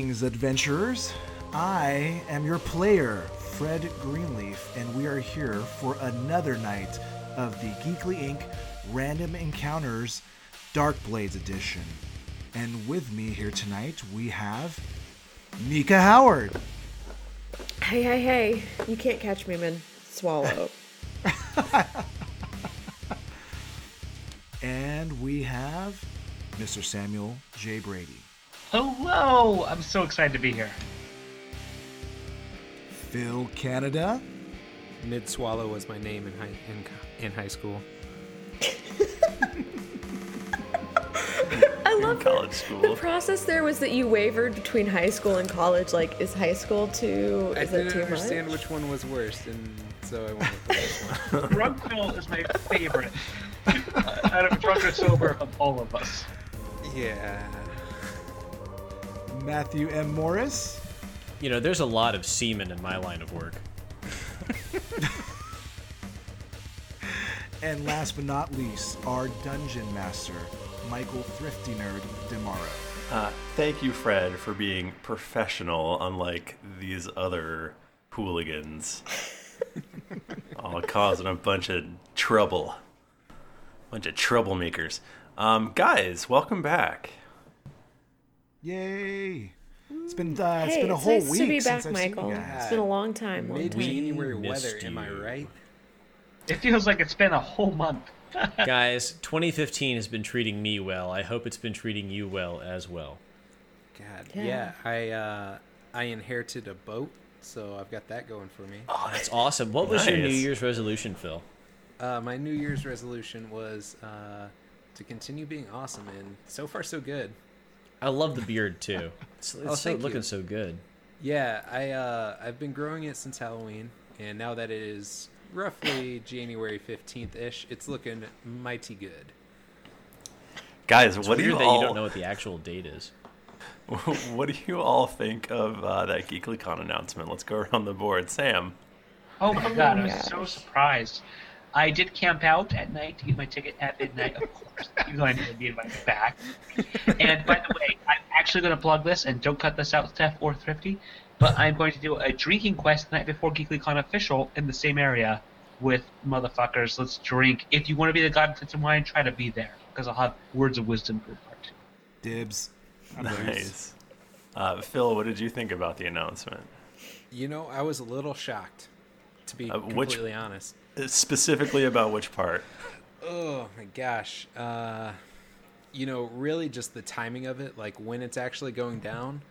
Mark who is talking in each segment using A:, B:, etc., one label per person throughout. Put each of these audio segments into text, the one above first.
A: adventurers. I am your player, Fred Greenleaf, and we are here for another night of the Geekly Inc. Random Encounters Dark Blades Edition. And with me here tonight, we have Mika Howard.
B: Hey, hey, hey. You can't catch me, man. Swallow.
A: And we have Mr. Samuel J. Brady.
C: Hello! I'm so excited to be here.
A: Phil Canada.
D: Mid Swallow was my name in high in, co- in high school.
B: I love
E: college
B: that
E: school.
B: The process there was that you wavered between high school and college. Like, is high school too?
D: I
B: Is it
D: didn't
B: too
D: understand
B: much?
D: which one was worse, and so I went with the last one.
C: Drunkville is my favorite. Out of drunk or sober of all of us.
D: Yeah.
A: Matthew M. Morris.
E: You know, there's a lot of semen in my line of work.
A: And last but not least, our Dungeon Master, Michael Thrifty Nerd Demaro.
E: Uh, thank you, Fred, for being professional, unlike these other hooligans. All causing a bunch of trouble. Bunch of troublemakers. Um, guys, welcome back.
A: Yay! It's been uh, it's
B: Hey,
A: been a
B: it's
A: whole
B: nice
A: week
B: to be back,
A: since I've
B: Michael.
A: seen you
B: It's
A: guys.
B: been a long time. Long
D: Mid
B: time.
D: January
E: missed
D: weather, am I
E: you.
D: right?
C: It feels like it's been a whole month.
E: Guys, 2015 has been treating me well. I hope it's been treating you well as well.
D: God.
B: Yeah.
D: Yeah. I uh, I inherited a boat, so I've got that going for me.
E: Oh, that's awesome. What was your New Nice. Year's resolution, Phil?
D: Uh, my New Year's resolution was uh, to continue being awesome, and so far so good.
E: I love the beard too. It's, it's
D: Oh,
E: so,
D: thank you.
E: looking so good.
D: Yeah, I uh, I've been growing it since Halloween, and now that it is roughly January fifteenth ish, it's looking mighty good.
E: Guys, It's what do weird you that all you don't know what the actual date is. what do you all think of uh, that GeeklyCon announcement? Let's go around the board. Sam.
C: Oh my god, I
B: gosh.
C: was so surprised. I did camp out at night to get my ticket at midnight, of course. You going to be invited back. And by the way, I'm actually going to plug this, and don't cut this out, Steph or Thrifty, but I'm going to do a drinking quest the night before GeeklyCon official in the same area with motherfuckers. Let's drink. If you want to be the god of and wine, try to be there, because I'll have words of wisdom for your part.
A: Dibs.
E: Nice. Uh, Phil, what did you think about the announcement?
D: You know, I was a little shocked, to be
E: Uh, which-
D: completely honest.
E: Uh, Specifically about which part?
D: Oh my gosh. Uh, you know, really just the timing of it, like when it's actually going down,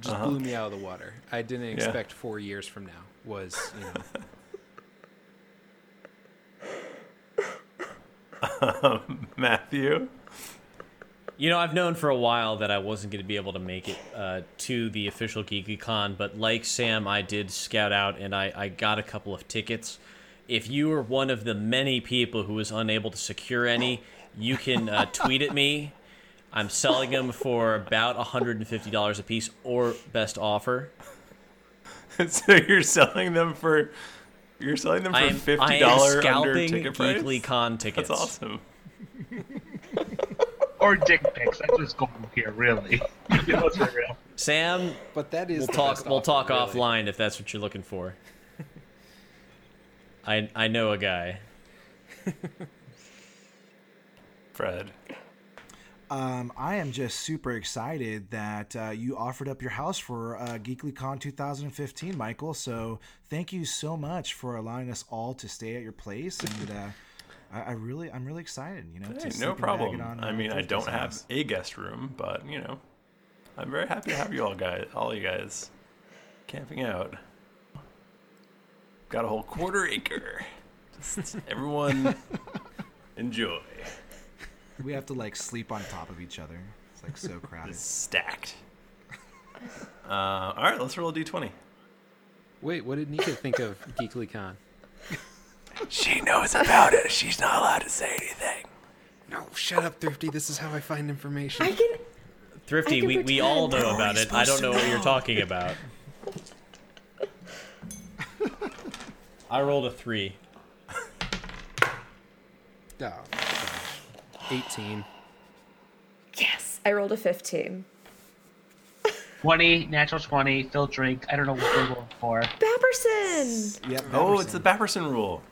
D: just
F: Uh-huh.
D: blew me out of the water. I didn't expect four years from now was, you know.
E: Matthew?
F: You know, I've known for a while that I wasn't going to be able to make it uh, to the official GeekyCon, but like Sam, I did scout out and I, I got a couple of tickets. If you were one of the many people who was unable to secure any, you can uh, tweet at me. I'm selling them for about $150 a piece or best offer.
E: so you're selling them for you're selling them for
F: I am, I
E: fifty
F: am
E: dollar under
F: scalping
E: ticket price.
F: GeeklyCon tickets.
E: That's awesome.
C: Or dick pics. That's what's going on here, really. Those are real.
F: Sam,
D: But that is
F: we'll
D: the
F: talk
D: best
F: we'll
D: offer,
F: talk
D: really.
F: offline if that's what you're looking for. I I know a guy.
E: Fred.
A: Um, I am just super excited that uh, you offered up your house for uh, GeeklyCon 2015, Michael. So thank you so much for allowing us all to stay at your place, and uh, I, I really, I'm really excited. You know, to
E: Hey,
A: sleep
E: no
A: in Dagon
E: problem.
A: on,
E: I
A: uh,
E: mean I
A: Thursday's
E: don't have
A: house.
E: a guest room, but you know. I'm very happy to have you all guys all you guys camping out. Got a whole quarter acre. Just everyone enjoy.
A: We have to like sleep on top of each other. It's like so crowded.
E: It's stacked. Uh, all right, let's roll a d20.
D: Wait, what did Nika think of GeeklyCon?
E: She knows about it. She's not allowed to say anything.
D: No, shut up, Thrifty. This is how I find information.
B: I can. I
F: Thrifty,
B: can
F: we, we all
B: pretend.
F: know about it. I don't know what you're talking about. I rolled a three.
D: Oh, gosh. 18.
B: Yes, I rolled a 15.
C: 20, natural 20, Phil drink. I don't know what we're going for.
B: Baberson!
A: Yep.
E: Oh, it's
A: Patterson.
E: the Bapperson rule.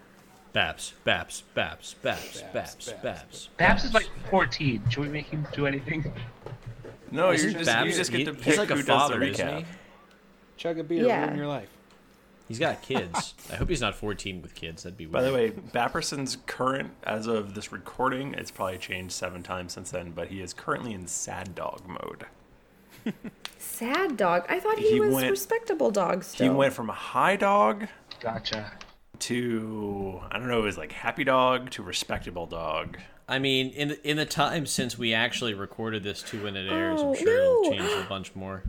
F: Baps, Baps, Baps, Baps, Baps, Baps.
C: Babs is like 14. Should we make him do anything?
E: No,
F: Isn't
E: you're just, you
F: Babs-
E: just get
F: he-
E: to
F: he's
E: pick
F: like a
E: who
F: father,
E: does the
F: isn't
E: recap.
F: he?
D: Chug a beer,
B: Yeah.
D: ruin your life.
F: He's got kids. I hope he's not 14 with kids. That'd be weird.
E: By the way, Bapperson's current, as of this recording, it's probably changed seven times since then, but he is currently in sad dog mode.
B: Sad dog. I thought he,
E: He
B: was
E: went-
B: respectable dog still.
E: He went from a high dog
C: Gotcha.
E: to, I don't know, it was like happy dog to respectable dog.
F: I mean, in in the time since we actually recorded this to when it airs,
B: Oh,
F: I'm sure it'll
B: no.
F: change a bunch more.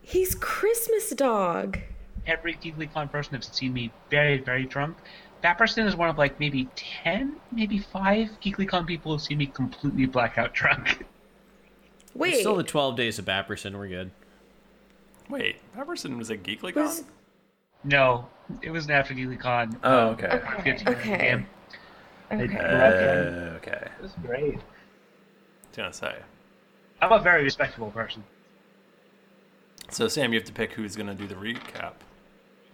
B: He's Christmas dog.
C: Every GeeklyCon person has seen me very, very drunk. That person is one of like maybe 10, maybe 5 GeeklyCon people who've seen me completely blackout drunk.
F: It's
B: Wait.
F: still the 12 days of Bapperson. We're good.
E: Wait, Bapperson was at GeeklyCon?
B: was-
C: No, it was not after GeeklyCon.
E: Oh, okay. Uh,
B: Okay. okay.
E: okay.
C: It was great.
E: gonna say.
C: I'm a very respectable person.
E: So Sam, you have to pick who's gonna do the recap.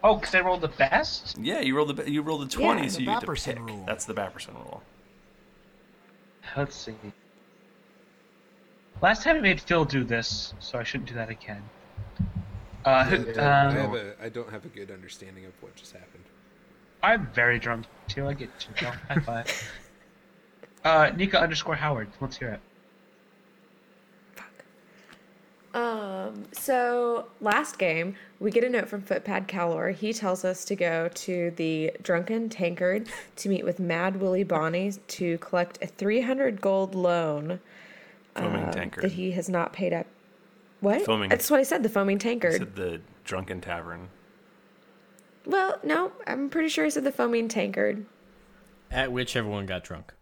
C: Oh, because I rolled the best?
E: Yeah, you rolled the you rolled the twenty,
B: Yeah,
E: so
A: the
E: you get to
A: Bapperson
E: pick.
A: rule.
E: That's the Bapperson rule.
C: Let's see. Last time I made Phil do this, so I shouldn't do that again. Uh,
D: I, have
C: um,
D: a, I don't have a good understanding of what just happened.
C: I'm very drunk too. I get too drunk. High five. Uh, Nika underscore Howard. Let's hear it.
B: Um, so last game, we get a note from Footpad Calor. He tells us to go to the Drunken Tankard to meet with Mad Willie Bonnie to collect a 300 gold loan
E: Foaming
B: um,
E: tankard.
B: that he has not paid up. What?
E: Foaming-
B: That's what I said, the foaming
E: You
B: tankard.
E: said the drunken tavern.
B: Well, no, I'm pretty sure I said the foaming tankard.
F: At which everyone got drunk.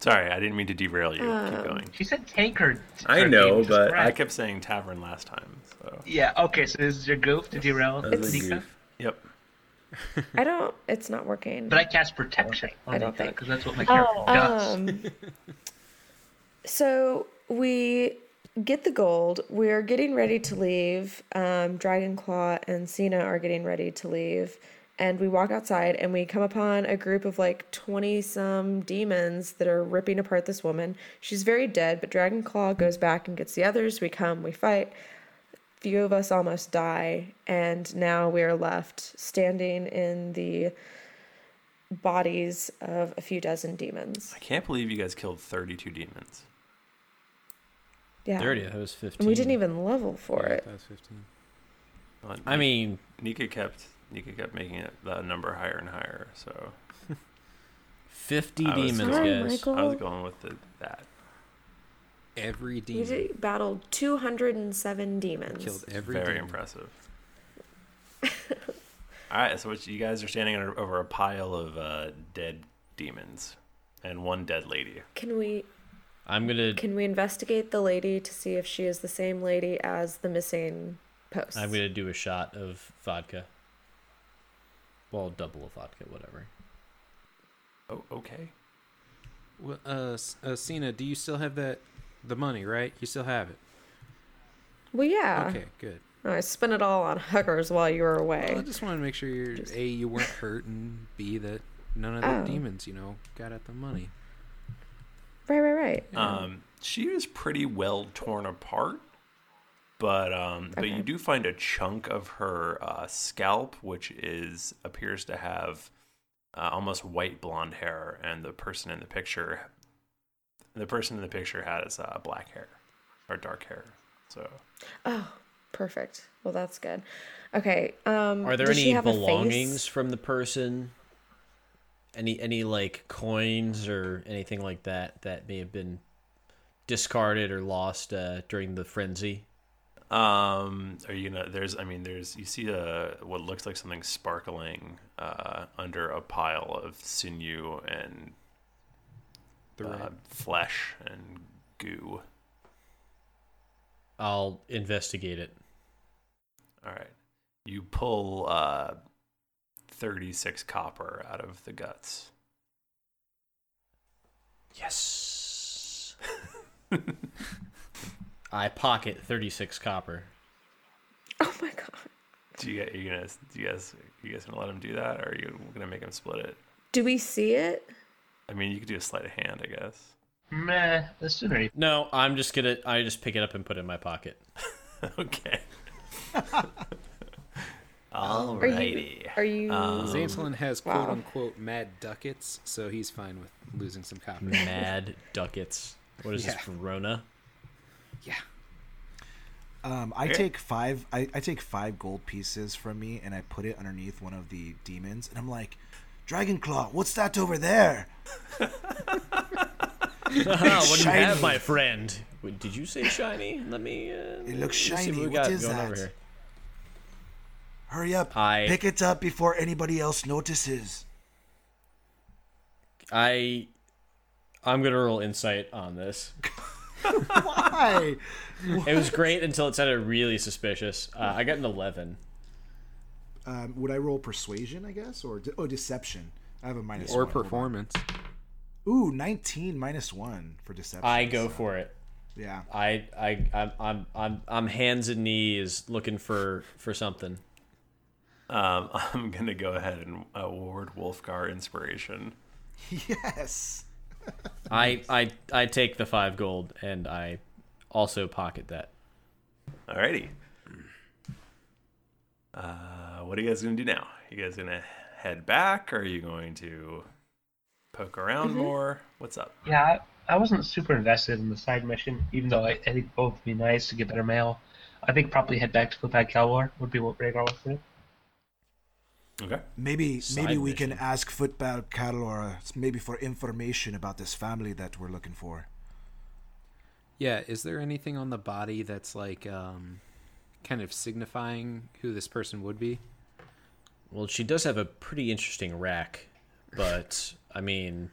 E: Sorry, I didn't mean to derail you. Keep
B: Um,
E: going.
C: She said tankard. Just
E: I
C: correct.
E: kept saying tavern last time. So.
C: Yeah. Okay. So this is your goof to derail
B: It's-
C: Nika,
E: Yep.
B: I don't, it's not working.
C: but I cast protection on
B: I don't
C: Nika
B: think-
C: because that's what my character does.
B: Um, so we get the gold. We're getting ready to leave. Um, Dragonclaw and Cena are getting ready to leave. And we walk outside and we come upon a group of like 20 some demons that are ripping apart this woman. She's very dead, but Dragonclaw goes back and gets the others. We come, we fight. Few of us almost die. And now we are left standing in the bodies of a few dozen demons.
E: I can't believe you guys killed thirty-two demons.
B: Yeah.
F: 30, that was 15.
B: And we didn't even level for it.
D: That was 15.
E: Well,
F: I mean,
E: Nika kept Nika kept making it that number higher and higher. So
F: 50
E: I was-
F: demons,
B: Sorry,
F: guys.
B: Michael.
E: I was going with the, that.
D: Every
B: We
D: demon
B: did battled 207 demons.
D: killed every
E: Very
D: demon.
E: impressive. All right, so what you guys are standing under, over a pile of uh, dead demons and one dead lady.
B: Can we
F: I'm going to
B: can we investigate the lady to see if she is the same lady as the missing post?
F: I'm going to do a shot of vodka. Well, double of vodka, whatever.
E: Oh, okay.
D: Well, uh, S- uh, Cena, do you still have that the money, right? You still have it.
B: Well, yeah.
D: Okay, good.
B: I spent it all on hookers while you were away.
D: Well, I just wanted to make sure you're a you weren't hurt and b that none of the
B: Oh.
D: demons you know got at the money.
B: right, right, right.
E: Um, she was pretty well torn apart, but um, but you do find a chunk of her uh, scalp, which is appears to have uh, almost white blonde hair, and the person in the picture, the person in the picture has uh, black hair or dark hair. So
B: Oh, perfect. Well, that's good. Okay. Um,
F: Are there
B: does she
F: any
B: have a face?
F: belongings from the person? Any any like coins or anything like that that may have been discarded or lost uh, during the frenzy?
E: Um, are you gonna? There's, I mean, there's. You see a what looks like something sparkling uh, under a pile of sinew and
D: The
E: uh,
D: red.
E: flesh and goo.
F: I'll investigate it.
E: All right, you pull uh, thirty-six copper out of the guts.
F: Yes. I pocket 36 copper.
B: Oh my god.
E: Do you, are you gonna do you guys you guys gonna let him do that, or are you gonna make him split it?
B: Do we see it?
E: I mean, you could do a sleight of hand, I guess.
C: Meh, that's too very.
F: No, I'm just gonna. I just pick it up and put it in my pocket.
E: okay.
B: Are
E: Alrighty.
B: you are you
F: Um,
D: Zantlin has quote
B: wow.
D: unquote mad ducats, so he's fine with losing some copper.
F: Mad ducats. What is
D: Yeah.
F: this, Verona? Mm-hmm.
D: Yeah.
A: Um, I
E: Okay.
A: take five. I, I take five gold pieces from me, and I put it underneath one of the demons, and I'm like, "Dragon Claw, what's that over there?"
F: Ah, what do you have,
A: Shiny.
F: my friend? Wait, did you say shiny? Let me. Uh,
A: It looks
F: let
A: shiny.
F: me See what we
A: What
F: got
A: is
F: going
A: that?
F: over here.
A: Hurry up!
F: I-
A: Pick it up before anybody else notices.
F: I. I'm gonna roll insight on this.
A: Why?
F: It was great until it sounded really suspicious. Uh, I got an 11.
A: um, would I roll persuasion? I guess, or de- oh, deception. I have a minus
D: Or
A: one. Hold on.
D: performance.
A: Ooh, nineteen minus one for deception.
F: I go for it.
A: yeah.
F: I I I'm I'm I'm, I'm hands and knees looking for for something.
E: Um, I'm gonna go ahead and award Wolfgar inspiration.
A: yes.
F: I I I take the five gold and I also pocket that.
E: Alrighty. Uh, what are you guys gonna do now? You guys gonna head back? Or are you going to poke around
F: Mm-hmm.
E: more? What's up?
C: Yeah, I, I wasn't super invested in the side mission, even though I, I think both would be nice to get better mail. I think probably head back to Flipad Calwar would be what Rhaegar would do.
E: Okay.
A: Maybe
F: Side
A: maybe we can
F: mission.
A: ask Football Catalor maybe for information about this family that we're looking for.
D: Yeah, is there anything on the body that's like um kind of signifying who this person would be?
F: Well, she does have a pretty interesting rack, but I mean,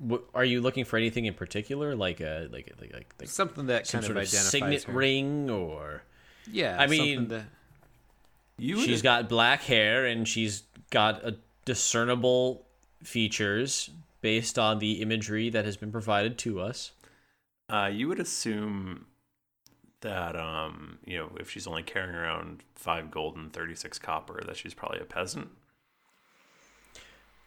F: w- are you looking for anything in particular, like a like a- like like, like
D: Something that
F: some
D: kind
F: sort
D: of
F: of
D: identifies
F: signet
D: her.
F: ring or?
D: Yeah,
F: I
D: something
F: mean-
D: that-
E: You would
F: She's got black hair and she's got a discernible features based on the imagery that has been provided to us.
E: Uh, you would assume that um, you know, if she's only carrying around five gold and thirty-six copper, that she's probably a peasant.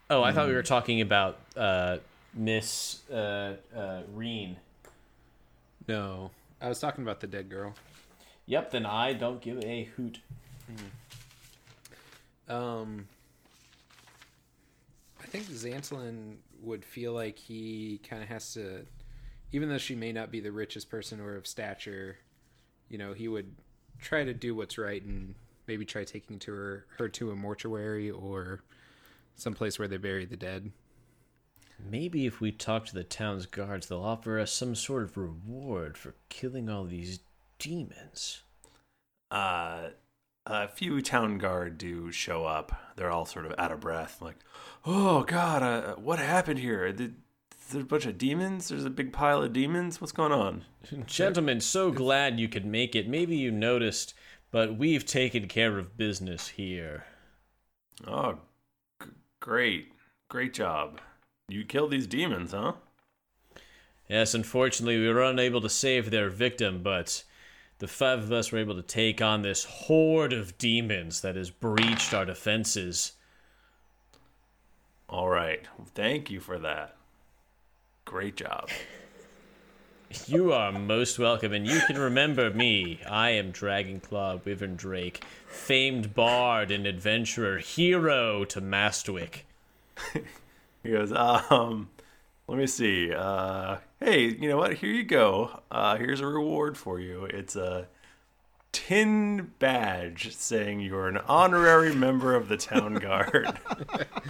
F: Oh, I thought we were
D: Hmm.
F: talking about uh, Miss uh, uh, Reen.
D: no. I was talking about the dead girl.
F: Yep, then I don't give a hoot.
D: Um, I think Xantolin would feel like he kind of has to, even though she may not be the richest person or of stature, you know, he would try to do what's right and maybe try taking to her her to a mortuary or someplace where they bury the dead.
F: Maybe if we talk to the town's guards, they'll offer us some sort of reward for killing all these demons.
E: Uh, a few town guard do show up. They're all sort of out of breath, like, "Oh God, uh, what happened here? Did, there's a bunch of demons. There's a big pile of demons. What's going on?"
F: Gentlemen, so glad you could make it. Maybe you noticed, but we've taken care of business here.
E: Oh, g- great, great job. You killed these demons, huh?
F: Yes, unfortunately, we were unable to save their victim, but the five of us were able to take on this horde of demons that has breached our defenses.
E: All right. Thank you for that. Great job.
F: You are most welcome, and you can remember me. I am Dragonclaw Wyvern Drake, famed bard and adventurer, hero to Mastwick.
E: He goes, um, let me see. Uh, hey, you know what? Here you go. Uh, here's a reward for you. It's a tin badge saying you're an honorary member of the town guard.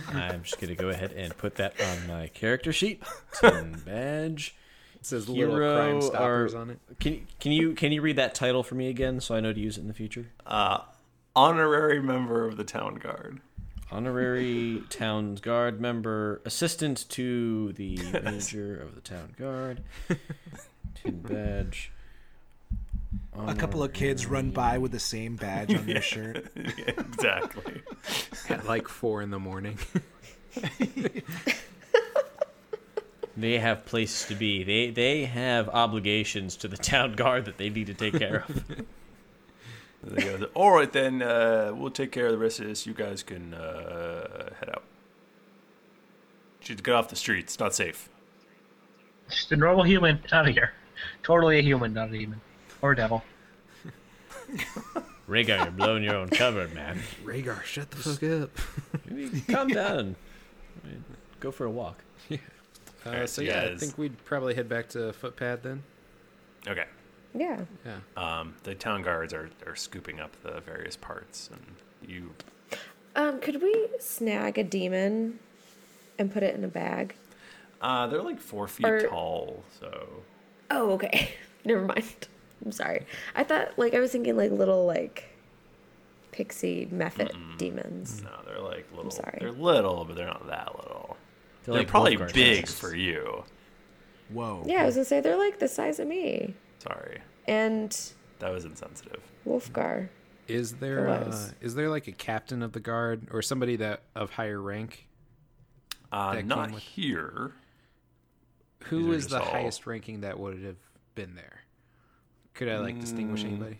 F: I'm just gonna go ahead and put that on my character sheet. Tin badge.
D: It says little
F: Hero
D: crime stoppers
F: are-
D: on it.
F: Can can you can you read that title for me again so I know to use it in the future?
E: honorary member of the town guard.
F: Honorary town guard member, assistant to the manager of the town guard. Tin badge.
A: A couple of kids run by with the same badge on their shirt.
E: exactly.
D: At like four in the morning.
F: They have places to be. They they have obligations to the town guard that they need to take care of.
E: They go, All right, then uh, we'll take care of the rest of this. You guys can uh, head out. Should get off the street. It's not safe.
C: Just a normal human, not a here. Totally a human, not a demon. Or devil.
F: Rhaegar, you're blowing your own cover, man.
D: Rhaegar, shut the fuck up.
F: Calm down. Go for a walk.
D: Uh, so yeah, I
E: Yes.
D: think we'd probably head back to footpad then.
E: Okay.
B: Yeah.
D: Yeah.
E: Um, the town guards are, are scooping up the various parts, and you
B: Um, could we snag a demon and put it in a bag?
E: uh, they're like four feet
B: Are-
E: tall, so
B: Oh, okay. Never mind. I'm sorry. I thought like I was thinking like little like pixie method demons.
E: no, they're like little.
B: sorry.
E: They're little, but they're not that little. They're,
F: like
E: probably
F: Wolfguard
E: big
F: sizes.
E: for you.
A: Whoa.
B: Yeah, I was gonna say they're like the size of me
E: Sorry,
B: and
E: that was insensitive.
B: Wolfgar.
D: Is there
B: It
D: uh,
B: was.
D: is there like a captain of the guard or somebody that of higher rank?
E: Uh,
D: That
E: not
D: came with-
E: here. These
D: Who
E: are
D: is
E: just
D: the
E: all-
D: highest ranking that would have been there? Could I like distinguish
E: Mm.
D: anybody?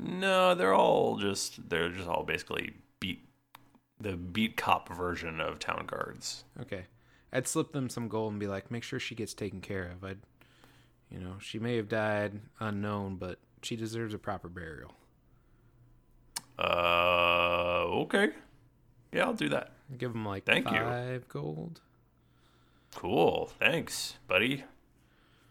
E: No, they're all just they're just all basically beat the beat cop version of town guards.
D: Okay, I'd slip them some gold and be like, make sure she gets taken care of. I'd, you know, she may have died unknown, but she deserves a proper burial.
E: Uh, okay. Yeah, I'll do that.
D: Give them like
E: Thank you.
D: five gold.
E: Cool. Thanks, buddy.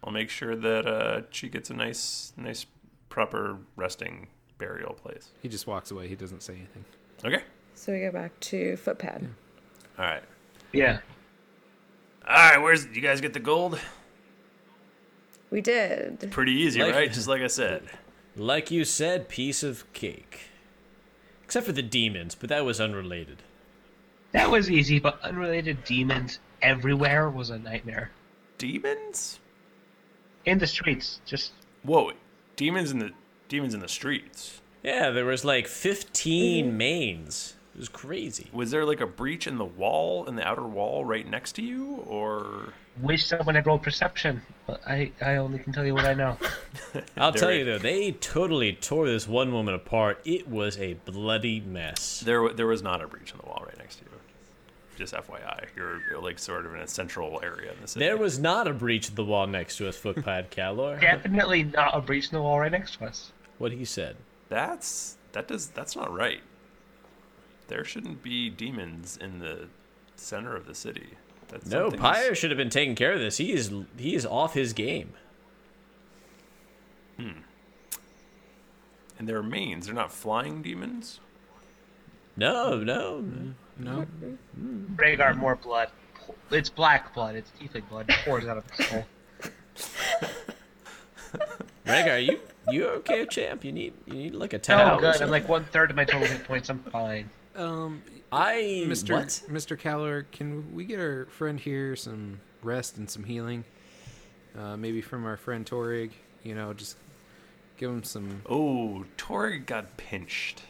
E: I'll make sure that uh, she gets a nice, nice, proper resting burial place.
D: He just walks away. He doesn't say anything.
E: Okay.
B: So we go back to footpad.
E: All right.
C: Yeah.
E: All right. Where's you guys get the gold?
B: We did.
E: Pretty easy,
F: Like-
E: right? Just like I said.
F: Like you said, piece of cake. Except for the demons, but that was unrelated.
C: That was easy, but unrelated demons everywhere was a nightmare.
E: Demons?
C: In the streets, just
E: Whoa! Demons in the demons in the streets.
F: Yeah, there was like 15
C: Mm-hmm.
F: mains. It was crazy.
E: Was there like a breach in the wall, in the outer wall, right next to you, or?
C: wish someone had rolled perception. But I, I only can tell you what I know.
F: I'll
E: There
F: tell
E: it-
F: you though, they totally tore this one woman apart. It was a bloody mess.
E: There, wa- there was not a breach in the wall right next to you. Just FYI, you're, you're like sort of in a central area in the city.
F: There was not a breach of the wall next to us, Footpad Calor.
C: Definitely not a breach in the wall right next to us.
F: What he said.
E: That's that does that's not right. There shouldn't be demons in the center of the city. That's
F: No,
E: something-
F: Pyre should have been taking care of this. He is he is off his game.
E: And they're mains. They're not flying demons.
F: No, no.
D: No,
C: Rhaegar, more blood. It's black blood. It's tiefling blood. It pours out of his hole.
F: Rhaegar, you you okay, champ? You need you need like a towel.
C: Oh,
F: or
C: good. I'm
F: something.
C: like one third of my total hit points. I'm fine.
D: um,
F: I
D: Mr.
F: what?
D: Mr. Caller, can we get our friend here some rest and some healing? Uh, maybe from our friend Torig. You know, just give him some.
E: Oh, Torg got pinched.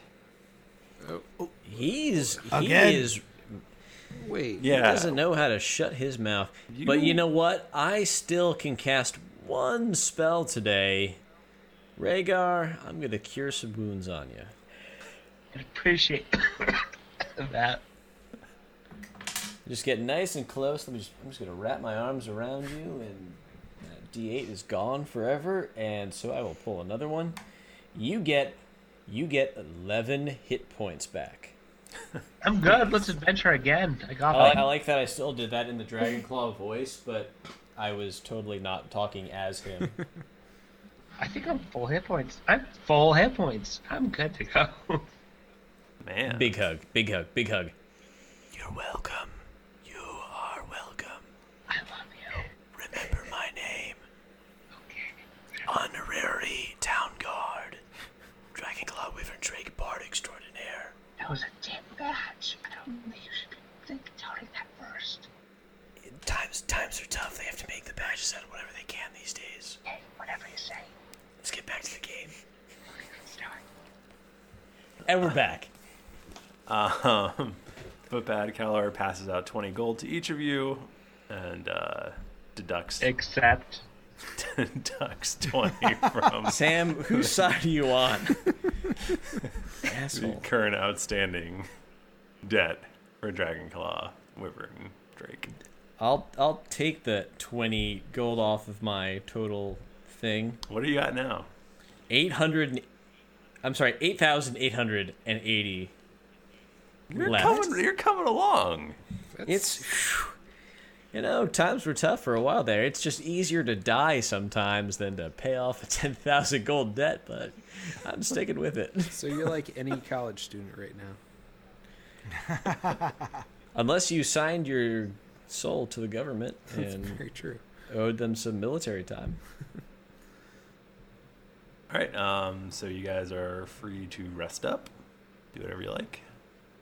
F: He's he
A: Again?
F: is
D: Wait.
F: He doesn't know how to shut his mouth. But you
E: You-
F: know what? I still can cast one spell today. Rhaegar, I'm going to cure some wounds on you.
C: I appreciate that.
F: Just get nice and close. Let me just, I'm just going to wrap my arms around you, and that D8 is gone forever. And so I will pull another one. You get, you get 11 hit points back.
C: I'm good. Let's adventure again. I got
F: I like,
C: it.
F: I like that I still did that in the Dragon Claw voice, but I was totally not talking as him.
C: I think I'm full hit points. I'm full hit points. I'm good to go.
E: Man,
F: Big hug, big hug, big hug.
E: You're welcome. You are welcome.
C: I love you.
E: Remember my name,
C: Okay.
E: honorary town guard, Dragon Claw Wyvern Drake Bard Extraordinaire.
C: That was a tip match. I don't think you should be think telling that first.
E: Times times are tough. They have to make the badges out of whatever they can these days.
C: Hey, whatever you say.
E: Let's get back to the game.
C: Let's do it.
F: And we're back.
E: Um, but Bad Calar passes out 20 gold to each of you, and uh, deducts
C: Except
E: deducts twenty from
F: Sam, whose side are you on?
E: the
F: Asshole.
E: current outstanding debt for Dragonclaw, Wyvern, Drake.
F: I'll I'll take the twenty gold off of my total thing.
E: What do you got now?
F: Eight hundred. I'm sorry, eight thousand eight hundred and eighty.
E: You're
F: Left.
E: coming. You're coming along.
F: It's you know times were tough for a while there. It's just easier to die sometimes than to pay off a ten thousand gold debt, but I'm sticking with it.
D: So you're like any college student right now.
F: Unless you signed your soul to the government
D: That's
F: and
D: very true.
F: owed them some military time.
E: All right. Um. So you guys are free to rest up, do whatever you like.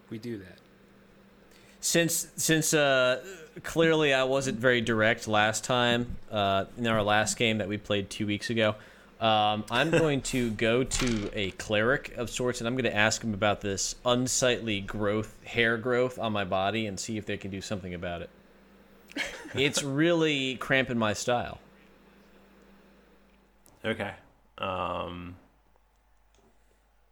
D: We do that.
F: since since uh, clearly I wasn't very direct last time uh, in our last game that we played two weeks ago, um, I'm going to go to a cleric of sorts and I'm going to ask him about this unsightly growth, hair growth on my body, and see if they can do something about it. it's really cramping my style.
E: Okay. Um.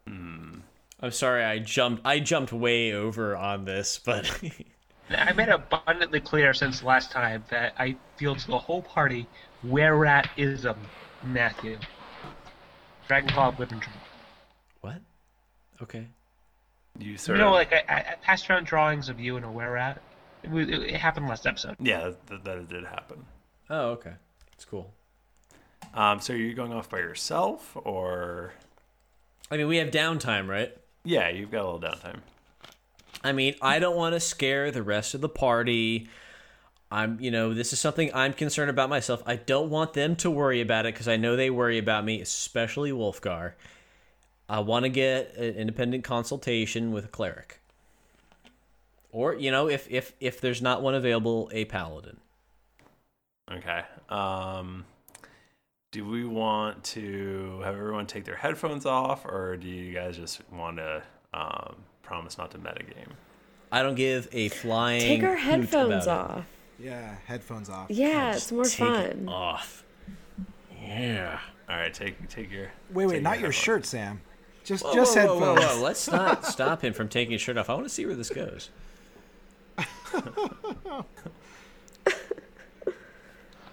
F: I'm sorry, I jumped. I jumped way over on this, but
C: I made abundantly clear since last time that I feel to the whole party where rat ism, Matthew. Dragon Claw Whipping Dream.
F: what? Okay.
E: You
C: You
E: sort
C: know,
E: of.
C: like I, I I passed around drawings of you and a where rat. It, was- it, it happened last episode.
E: yeah. That, that did happen.
F: Oh, okay. It's cool.
E: Um. So you're going off by yourself, or
F: I mean, we have downtime, right?
E: yeah, you've got a little downtime.
F: I mean, I don't want to scare the rest of the party. I'm, you know, this is something I'm concerned about myself. I don't want them to worry about it because I know they worry about me, especially Wolfgar. I want to get an independent consultation with a cleric, or you know, if if if there's not one available, a paladin.
E: Okay. Um, do we want to have everyone take their headphones off, or do you guys just want to um, promise not to metagame?
F: I don't give a flying.
B: Take our
F: hoot
B: headphones
F: about
B: off.
A: Yeah, headphones off.
B: Yeah,
F: it.
B: it's more
F: Take it
B: fun.
F: off. Yeah.
E: All right, take take your.
A: Wait, wait,
E: take
A: not your
E: headphones.
A: shirt, Sam. Just,
F: Whoa,
A: just
F: whoa, whoa,
A: headphones.
F: Whoa, whoa, Let's not stop him from taking his shirt off. I want to see where this goes.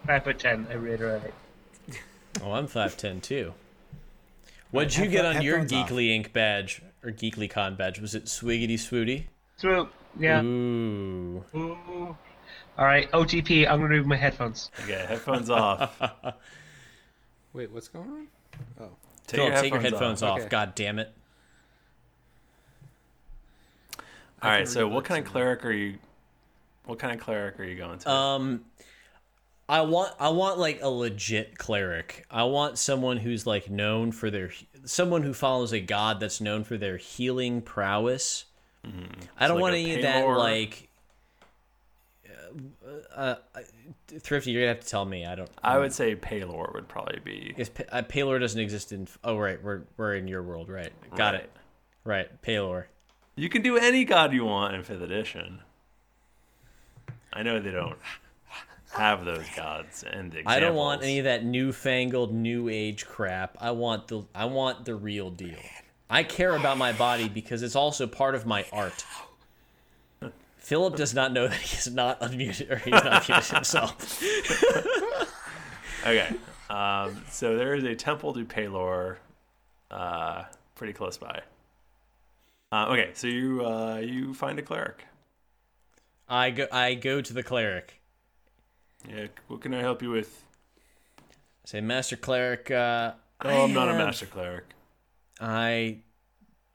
C: Five foot ten, I reiterate.
F: Oh, I'm five ten too. What'd you get on your
A: headphones off.
F: Geekly Inc. badge or Geekly Con badge? Was it Swiggity Swooty?
C: So yeah.
F: Ooh.
C: Ooh. All right, OTP. I'm gonna remove my headphones.
E: Okay, headphones off.
D: Wait, what's going on?
E: Take,
F: Phil, take your headphones off.
D: Okay.
F: God damn it.
E: All
D: can
E: right. So,
D: read
E: what
D: books
E: kind of cleric are you? What kind of cleric are you going to?
F: Um I want I want like a legit cleric. I want someone who's like known for their someone who follows a god that's known for their healing prowess. I don't
E: Mm-hmm. like
F: want
E: a
F: any of that
E: Paylor?
F: like uh, uh, thrifty. You're gonna have to tell me. I don't.
E: I would say Paylor would probably be.
F: Is Pa- uh, Palor doesn't exist in? Oh right, we're we're in your world, right? Got
E: Right.
F: it. Right, Palor.
E: You can do any god you want in fifth edition. I know they don't have those gods and examples.
F: I don't want any of that newfangled new age crap. I want the I want the real deal. I care about my body because it's also part of my art. Philip does not know that he's not unmuted or he's not muted himself.
E: Okay. Um, so there is a temple to Palor, uh, pretty close by. Uh, okay, so you uh, you find a cleric.
F: I go I go to the cleric.
E: Yeah, what can I help you with?
F: I say, Master Cleric, uh,
E: Oh, I'm
F: I
E: not a
F: have-
E: master cleric.
F: I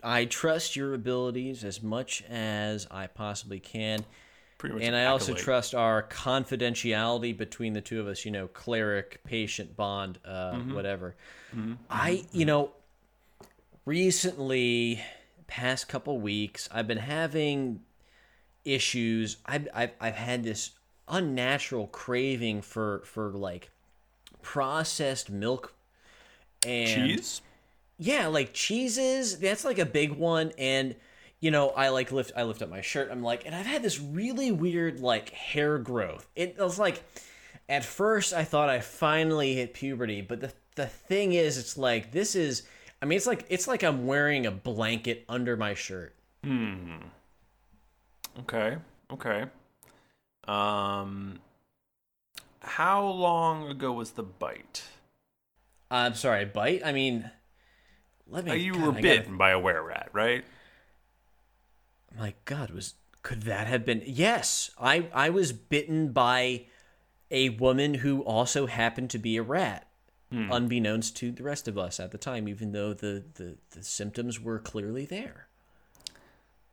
F: I trust your abilities as much as I possibly can.
E: Pretty much.
F: and I also
E: acolyte.
F: trust our confidentiality between the two of us. You know, cleric, patient bond, uh, whatever. I, you know, recently, past couple weeks, I've been having issues. I've I've, I've had this unnatural craving for for like processed milk and
E: cheese.
F: yeah, like cheeses, that's like a big one and you know, I like lift I lift up my shirt. I'm like, and I've had this really weird like hair growth. It was like At first, I thought I finally hit puberty, but the the thing is, it's like this is. I mean, it's like it's like I'm wearing a blanket under my shirt.
E: Hmm. Okay. Okay. Um how long ago was the bite?
F: I'm sorry, bite. I mean, let me.
E: Uh, you
F: God,
E: were
F: I gotta-
E: bitten by a were rat, right?
F: my God, was could that have been? Yes, I I was bitten by a woman who also happened to be a rat, unbeknownst to the rest of us at the time. Even though the the, the symptoms were clearly there.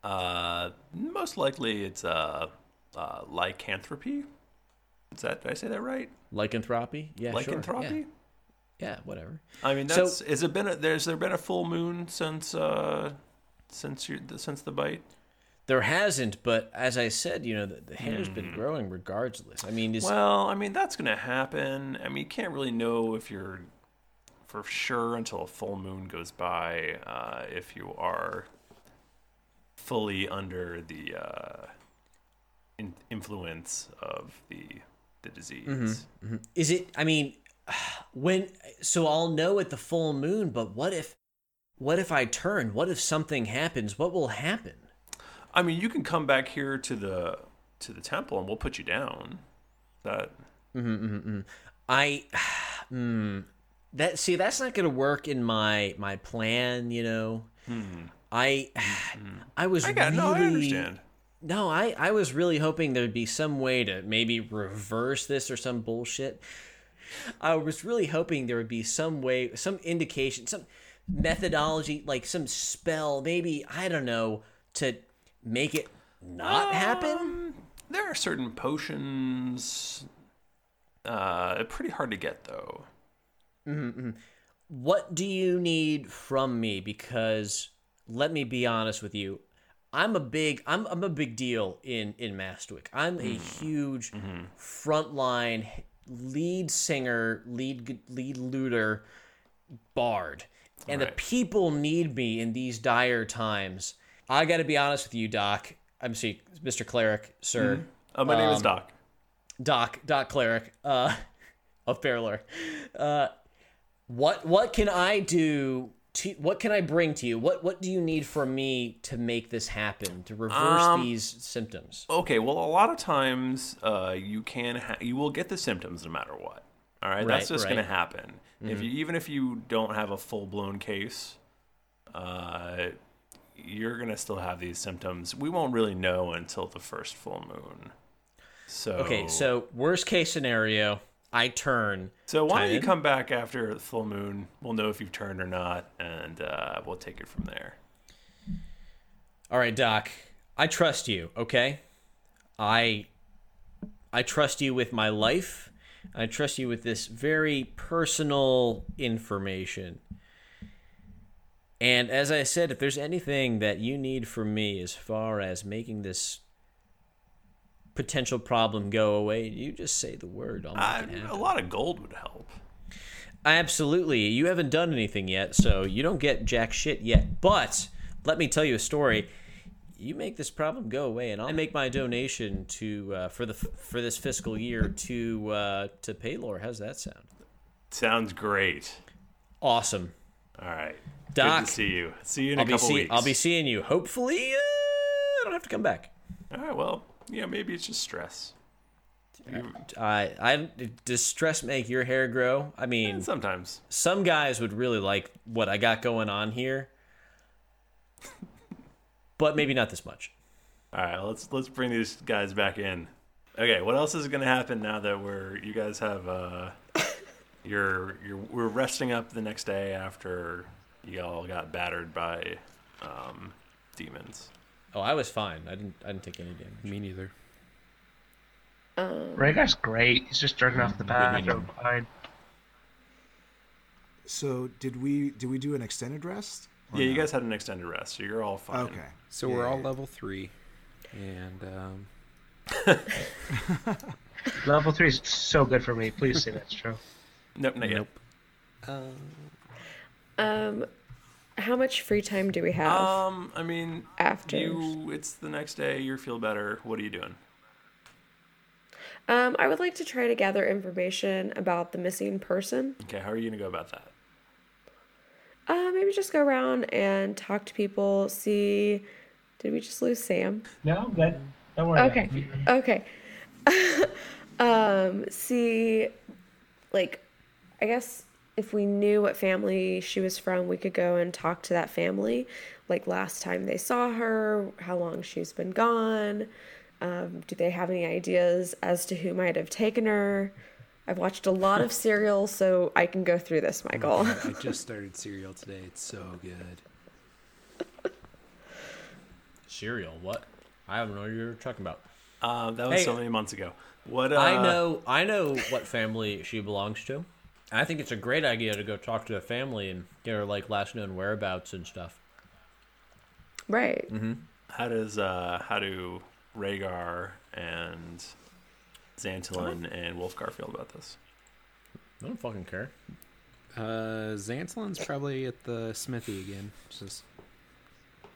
E: Uh most likely it's uh, uh lycanthropy. Is that did I say that right?
F: Lycanthropy? Yeah, sure.
E: Lycanthropy?
F: Yeah. Yeah, whatever.
E: I mean,
F: So-
E: that's has it been? A, there's there been a full moon since uh since your since the bite?
F: There hasn't, but as I said, you know, the, the hair's been growing regardless. I mean, is
E: Well, I mean that's gonna happen. I mean you can't really know if you're for sure until a full moon goes by uh, if you are fully under the uh, in- influence of the the disease.
F: Mm-hmm. is it I mean, when so I'll know at the full moon, but what if what if I turn? What if something happens? What will happen?
E: I mean you can come back here to the to the temple and we'll put you down. That Mm-hmm,
F: I mm, that see that's not going to work in my my plan, you know. I I was
E: Hmm. I got
F: really
E: no. I understand.
F: No, I, I was really hoping there'd be some way to maybe reverse this or some bullshit. I was really hoping there would be some way, some indication, some methodology, like some spell, maybe, I don't know, to make it not happen.
E: Um, there are certain potions. Uh, pretty hard to get though.
F: What do you need from me? Because let me be honest with you. I'm a big I'm I'm a big deal in in Mastwick. I'm a huge frontline lead singer, lead gu- lead looter, bard. And the
E: Right.
F: people need me in these dire times. I got to be honest with you, Doc. I'm see, Mr. Cleric, sir.
E: Uh, my name is Doc.
F: Doc, Doc Cleric, uh, of Paralore. Uh, what what can I do? To, what can I bring to you? What what do you need from me to make this happen? To reverse
E: Um, oh.
F: these symptoms?
E: Okay, well, a lot of times uh, you can ha- you will get the symptoms no matter what. All right,
F: Right,
E: that's just going
F: right. Mm-hmm.
E: to happen. If you even if you don't have a full blown case, uh, you're going to still have these symptoms. We won't really know until the first full moon. So
F: Okay, so worst case scenario, I turn.
E: So why don't you
F: Tynan?
E: come back after the full moon? We'll know if you've turned or not, and uh, we'll take it from there.
F: All right, Doc, I trust you. Okay, I I trust you with my life. I trust you with this very personal information. And as I said, if there's anything that you need from me as far as making this potential problem go away, you just say the word. I'll
E: I,
F: make it
E: a
F: happen.
E: lot of gold would help.
F: Absolutely. You haven't done anything yet, so you don't get jack shit yet. But let me tell you a story. You make this problem go away, and I'll make my donation to uh, for the for this fiscal year to uh, to Paylor. How's that sound?
E: Sounds great.
F: Awesome.
E: All right,
F: Doc,
E: good to see you. See you in
F: I'll
E: a
F: be
E: couple
F: see,
E: weeks.
F: I'll be seeing you. Hopefully, uh, I don't have to come back.
E: All right. Well, yeah, maybe it's just stress.
F: I I does stress make your hair grow? I mean,
E: And sometimes
F: some guys would really like what I got going on here, but maybe not this much.
E: All right, let's let's bring these guys back in. Okay, what else is going to happen now that we're you guys have uh you're you're we're resting up the next day after y'all got battered by um demons.
F: Oh, I was fine. I didn't. I didn't take any damage.
D: Me neither.
C: Rhaegar's great. He's just jerking off the bathroom. Fine.
A: So did we did we do an extended rest? Or
E: yeah, you
A: Oh, no?
E: guys had an extended rest, so you're all fine.
A: Okay.
D: So we're all level three, and um,
C: Level three is so good for me. Please say that's true.
E: Nope, not yet.
D: Nope.
B: Um, how much free time do we have?
E: Um, I mean,
B: After.
E: you it's the next day. You feel better. What are you doing?
B: Um, I would like to try to gather information about the missing person.
E: Okay, how are you going to go about that?
B: Uh, maybe just go around and talk to people. See, did we just lose Sam?
C: No, I'm good. Don't worry.
B: Okay. Okay. um, see, like, I guess if we knew what family she was from, we could go and talk to that family. Like last time they saw her, how long she's been gone. Um, do they have any ideas as to who might have taken her? I've watched a lot of serial, so I can go through this, Michael.
D: I just started cereal today. It's so good.
F: Cereal? What? I don't know what you're talking about.
E: Uh, that was
F: Hey.
E: so many months ago. What uh,
F: I know. I know what family she belongs to. I think it's a great idea to go talk to her family and get her like last known whereabouts and stuff.
B: right.
E: How does uh, how do Rhaegar and Xantilin and Wolfgar feel about this?
F: I don't fucking care.
D: Uh, Xantilin's probably at the smithy again, just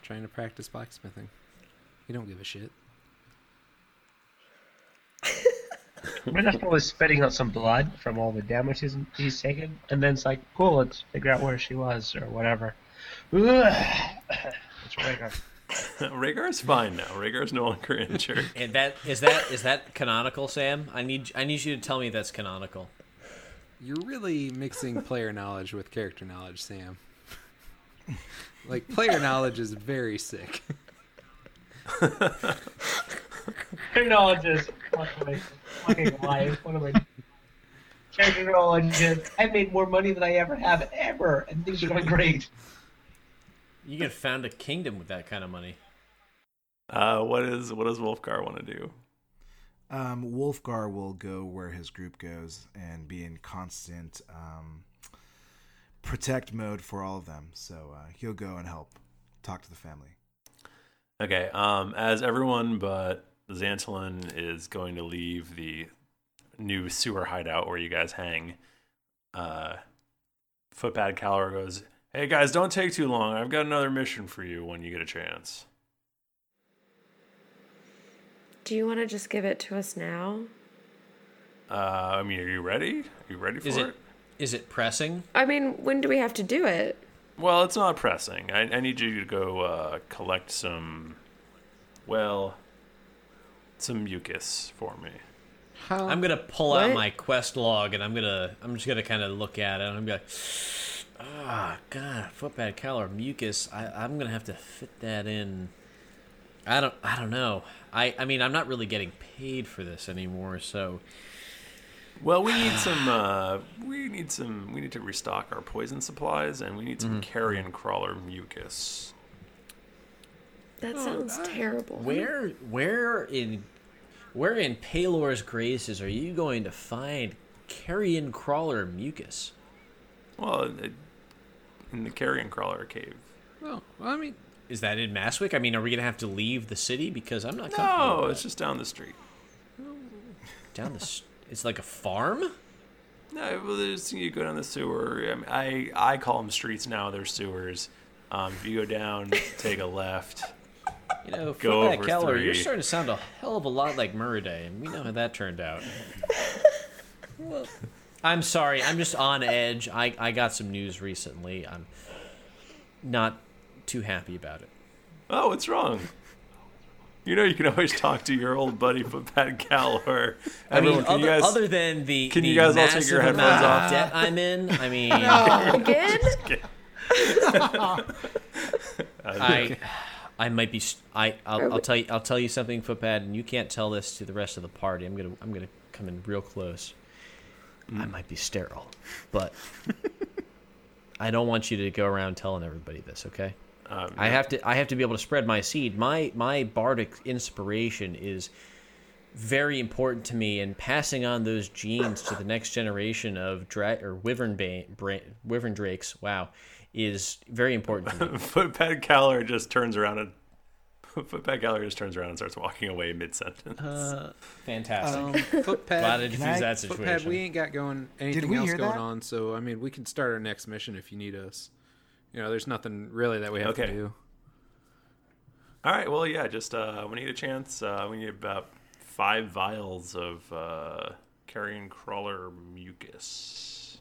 D: trying to practice blacksmithing. He don't give a shit.
C: Renafal is spitting out some blood from all the damage he's, he's taken, and then it's like, cool, let's figure out where she was or whatever. Ugh. it's Rhaegar.
E: Rhaegar's fine now. Rhaegar's no longer injured.
F: And that is that is that canonical, Sam? I need I need you to tell me that's canonical.
D: You're really mixing player knowledge with character knowledge, Sam. like player knowledge is very sick.
C: Technologist. What am I fucking life? What am I Technologist. I made more money than I ever have ever, and things are going great.
F: You could found a kingdom with that kind of money.
E: Uh, what is what does Wolfgar want to do?
A: Um, Wolfgar will go where his group goes and be in constant um, protect mode for all of them. So uh, he'll go and help talk to the family.
E: Okay. Um, as everyone but Xantilin is going to leave the new sewer hideout where you guys hang, uh, Footpad Calor goes, "Hey guys, don't take too long. I've got another mission for you when you get a chance."
B: Do you want to just give it to us now?
E: Uh, I mean, are you ready? Are you ready for
F: Is
E: it?
F: it is it pressing?
B: I mean, when do we have to do it?
E: Well, it's not pressing. I, I need you to go uh, collect some, well, some mucus for me.
D: How
F: I'm gonna pull out
B: What?
F: my quest log and I'm gonna I'm just gonna kind of look at it and I'm gonna be like, ah, god, footpad collar mucus. I I'm gonna have to fit that in. I don't I don't know. I I mean I'm not really getting paid for this anymore, so
E: Well, we need some. Uh, we need some. We need to restock our poison supplies, and we need some carrion crawler mucus.
B: That sounds terrible.
F: where where in where in Palor's graces are you going to find carrion crawler mucus?
E: Well, it, in the carrion crawler cave.
D: Well, well, I mean,
F: Is that in Maswick? I mean, are we gonna have to leave the city because I'm not comfortable
E: No,
F: with
E: it's just down the street.
F: that. down the. s- It's like a farm.
E: No, well, there's, you go down the sewer. I, mean, I I call them streets now. They're sewers. Um, if you go down, take a left.
F: You know,
E: Go
F: Flip
E: over
F: Oh, that Keller, you're
E: three.
F: starting to sound a hell of a lot like Murray, and we know how that turned out. I'm sorry, I'm just on edge. I, I got some news recently. I'm not too happy about it.
E: Oh, what's wrong? You know, you can always talk to your old buddy Pat Calor.
F: I mean,
E: Everyone, can
F: other,
E: you guys?
F: other than the
E: can
F: the
E: you guys all take your
F: massive
E: headphones
F: amount of
E: off?
F: debt I'm in, I mean,
B: Again?
F: I I might be st- I I'll, I'll tell you I'll tell you something, Footpad, and you can't tell this to the rest of the party. I'm gonna I'm gonna come in real close. I might be sterile, but I don't want you to go around telling everybody this, okay?
E: Um,
F: I have to I have to be able to spread my seed. My my bardic inspiration is very important to me and passing on those genes to the next generation of dra- or wyvern ba- bra- wyvern drakes. Wow, is very important to me.
E: Footpad Calor just turns around and Footpad Calor just turns around and starts walking away mid sentence.
F: Uh. Fantastic. Glad to
D: footpad.
F: defuse
A: I-
F: that
D: Footpad,
F: situation.
D: we ain't got going anything
A: we
D: else
A: hear
D: going
A: that?
D: on, so I mean, we can start our next mission if you need us. You know, there's nothing really that we have
E: Okay.
D: to do.
E: All right, well, yeah, just uh, when you get a chance, uh, we need about five vials of uh, carrion crawler mucus.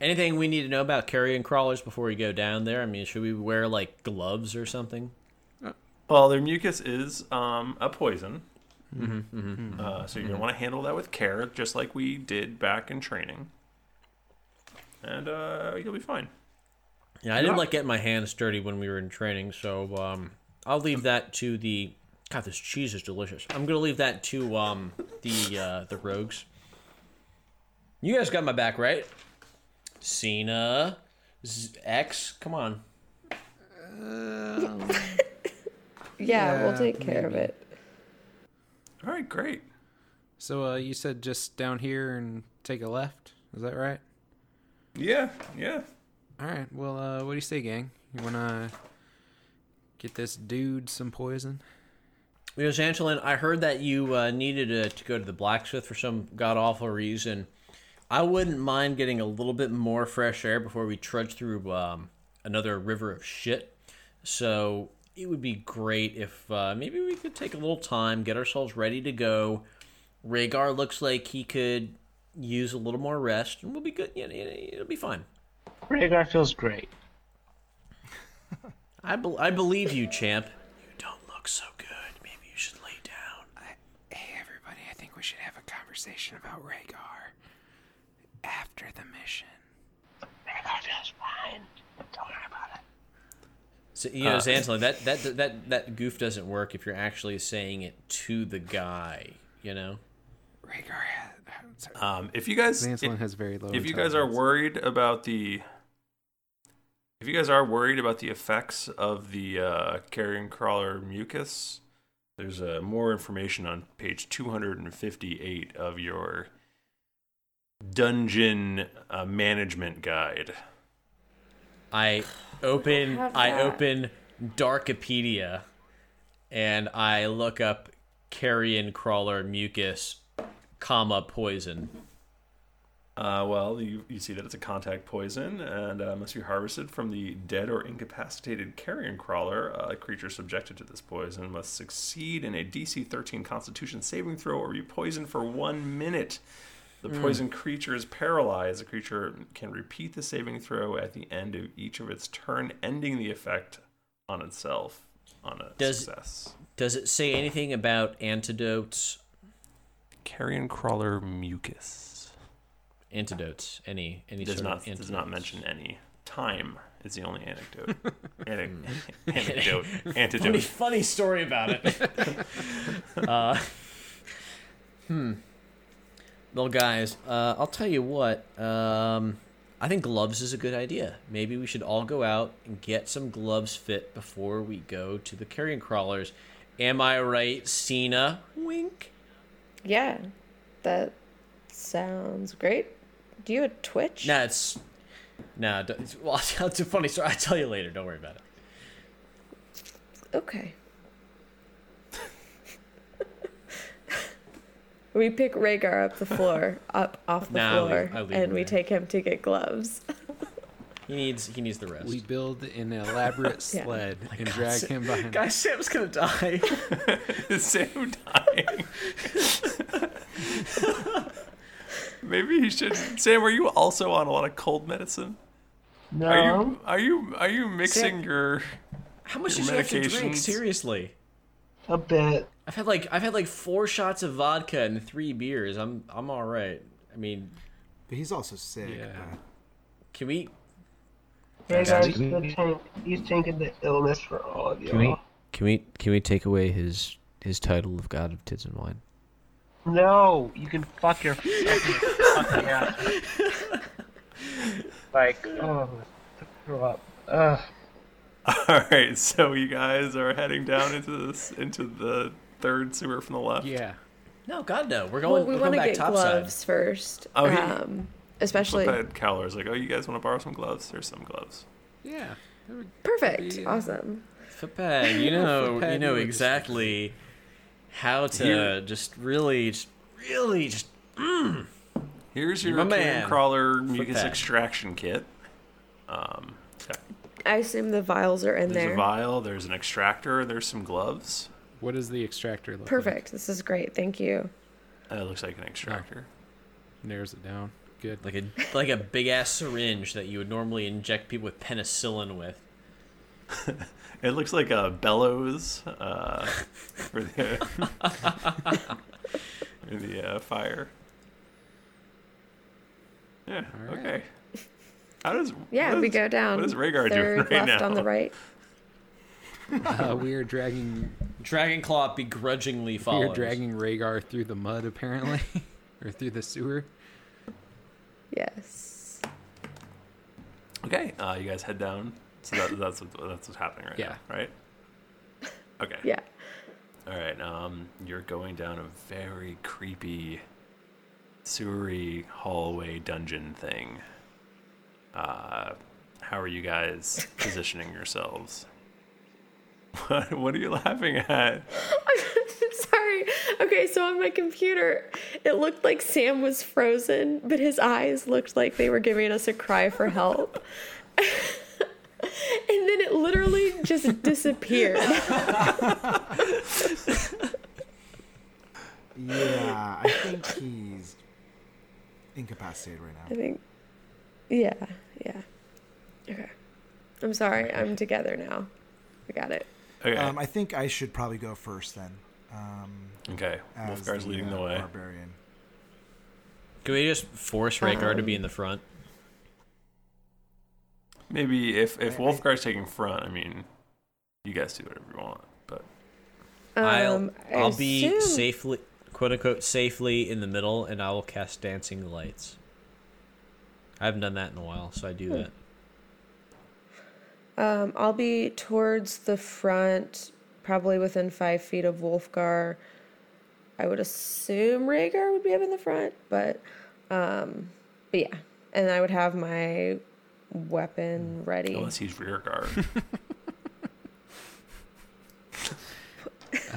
F: Anything we need to know about carrion crawlers before we go down there? I mean, should we wear like gloves or something?
E: Well, their mucus is um, a poison. Mm-hmm, Uh, so you're going to want to handle that with care, just like we did back in training. And uh, you'll be fine.
F: Yeah, I didn't like getting my hands dirty when we were in training, so um, I'll leave that to the. God, this cheese is delicious. I'm gonna leave that to um, the uh, the rogues. You guys got my back, right? Cena, Z- X, come on.
B: Yeah,
D: Yeah,
B: we'll take care of it.
E: All right, great.
D: So uh, you said just down here and take a left. Is that right?
E: Yeah, yeah.
D: All right. Well, uh, what do you say, gang? You wanna get this dude some poison?
F: Yes, Angelin, I heard that you uh, needed uh, to go to the blacksmith for some god awful reason. I wouldn't mind getting a little bit more fresh air before we trudge through um, another river of shit. So it would be great if uh, maybe we could take a little time, get ourselves ready to go. Rhaegar looks like he could use a little more rest, and we'll be good. Yeah, yeah, It'll be fine.
C: Rhaegar feels great.
F: I, bel I believe you, champ. You don't look so good. Maybe you should lay down.
D: Hey, everybody! I think we should have a conversation about Rhaegar after the mission.
C: Rhaegar feels fine. Don't worry about it.
F: So, you
E: Uh,
F: know, Xantlan, that, that that that goof doesn't work if you're actually saying it to the guy. You know,
D: Rhaegar has. sorry.
E: Um, if you guys,
D: Lancelin
E: if-
D: has very low.
E: if you guys are
D: intelligence.
E: worried about the if you guys are worried about the effects of the uh, carrion crawler mucus there's uh, more information on page 258 of your dungeon uh, management guide
F: I open
B: have
F: I
B: that.
F: open Darkopedia, and I look up carrion crawler mucus, comma poison.
E: uh, well you, you see that it's a contact poison and uh, must be harvested from the dead or incapacitated carrion crawler Uh, a creature subjected to this poison must succeed in a dc 13 constitution saving throw or be poisoned for one minute The poisoned creature is paralyzed. The creature can repeat the saving throw at the end of each of its turn, ending the effect on itself on a
F: Does-
E: success.
F: Does it say anything about antidotes?
E: Carrion crawler mucus
F: Antidotes? Any any
E: does
F: sort
E: not
F: of antidotes?
E: does not mention any time. Is the only anecdote. Ane- anecdote.
F: Funny,
E: Antidote.
F: funny story about it. uh, hmm. Well, guys, uh, I'll tell you what. Um, I think gloves is a good idea. Maybe we should all go out and get some gloves fit before we go to the carrion crawlers. Am I right, Cena? Wink.
B: Yeah, that sounds great. Do you have a Twitch?
F: Nah, it's nah. don't- It's, well, it's a funny story. I'll tell you later. Don't worry about it.
B: Okay. we pick Rhaegar up the floor, up off the
F: Nah, I
B: floor,
F: leave- I leave
B: and we
F: Rhaegar.
B: take him to get gloves.
F: He needs he needs the rest.
D: We build an elaborate
B: Yeah.
D: sled and drag him behind.
F: Guys, Sam's gonna die.
E: Sam dying. Maybe he should. Sam, were you also on a lot of cold medicine?
C: No.
E: Are you are you are you mixing your?
F: How much
E: Your
F: did you have to drink?
E: medications.
F: Seriously.
C: A bit.
F: I've had like I've had like four shots of vodka and three beers. I'm I'm all right. I mean,
A: But he's also sick.
D: Yeah.
F: can we
G: Rhaegar's the tank. He's taking the illness for all of
F: can we
G: you.
F: can we can we take away his his title of God of Tits and Wine?
C: No, you can fuck your fucking ass. Like, oh, throw up. Ugh.
E: All right, so you guys are heading down into this into the third sewer from the left.
D: Yeah.
F: No, God no. We're
B: Well,
F: going
B: we
F: we're
B: want
F: going
B: to
F: back
B: get
F: topside.
B: gloves first.
E: Oh, he-
B: um, especially.
E: But Cowler's like, oh, you guys want to borrow some gloves? There's some gloves.
D: Yeah.
B: Perfect.
E: uh,
D: Yeah.
B: Awesome.
F: Fapag, you know
D: Fapag,
F: you know
D: you were just-
F: exactly how to just really just really just
E: Here's
F: my
E: your
F: man.
E: man. crawler mucus
F: that.
E: extraction kit. Um,
B: I assume the vials are in
E: there's a
B: there.
E: vial. There's an extractor. There's some gloves.
D: What does the extractor look like?
B: Perfect. This is great. Thank you.
E: That Uh, looks like an extractor.
D: Narrows it down. Good.
F: like a like a big ass syringe that you would normally inject people with penicillin with.
E: It looks like a bellows uh, for the, for the uh, fire. Yeah.
D: right.
E: Okay. How does
B: Yeah,
E: what
B: we
E: is-
B: go down.
E: What is Rhaegar doing
B: third
E: right
B: left
E: now?
B: on the right.
D: Uh, we are dragging
F: Dragonclaw begrudgingly
D: we
F: follows.
D: are dragging Rhaegar through the mud apparently, or through the sewer.
B: Yes.
E: Okay. Uh, you guys head down. So that, that's what, that's what's happening right
D: Yeah.
E: now, right? Okay.
B: Yeah.
E: All right. Um, you're going down a very creepy, sewery hallway dungeon thing. Uh, how are you guys positioning yourselves? What, what are you laughing at?
B: Sorry. Okay, so on my computer, it looked like Sam was frozen, but his eyes looked like they were giving us a cry for help. and then it literally just disappeared.
A: Yeah, I think he's incapacitated right
B: I
A: now.
B: think. Yeah, yeah. Okay. I'm sorry. I'm together now. I got it.
E: Okay.
A: Um, I think I should probably go first then. Um,
E: okay.
A: as
E: Wolfgar's leading
A: uh,
E: the way.
A: Barbarian.
F: Can we just force Rhaegar to be in the front?
E: Maybe if if Wolfgar's taking front, I mean, you guys do whatever you want. But
F: I'll,
B: Um, I
F: I'll be
B: assume-
F: safely, quote unquote, safely in the middle, and I will cast Dancing Lights. I haven't done that in a while, so I do
B: Hmm.
F: that.
B: Um, I'll be towards the front, probably within five feet of Wolfgar. I would assume Rhaegar would be up in the front, but, um, but yeah. And I would have my weapon ready.
E: unless he's rear guard.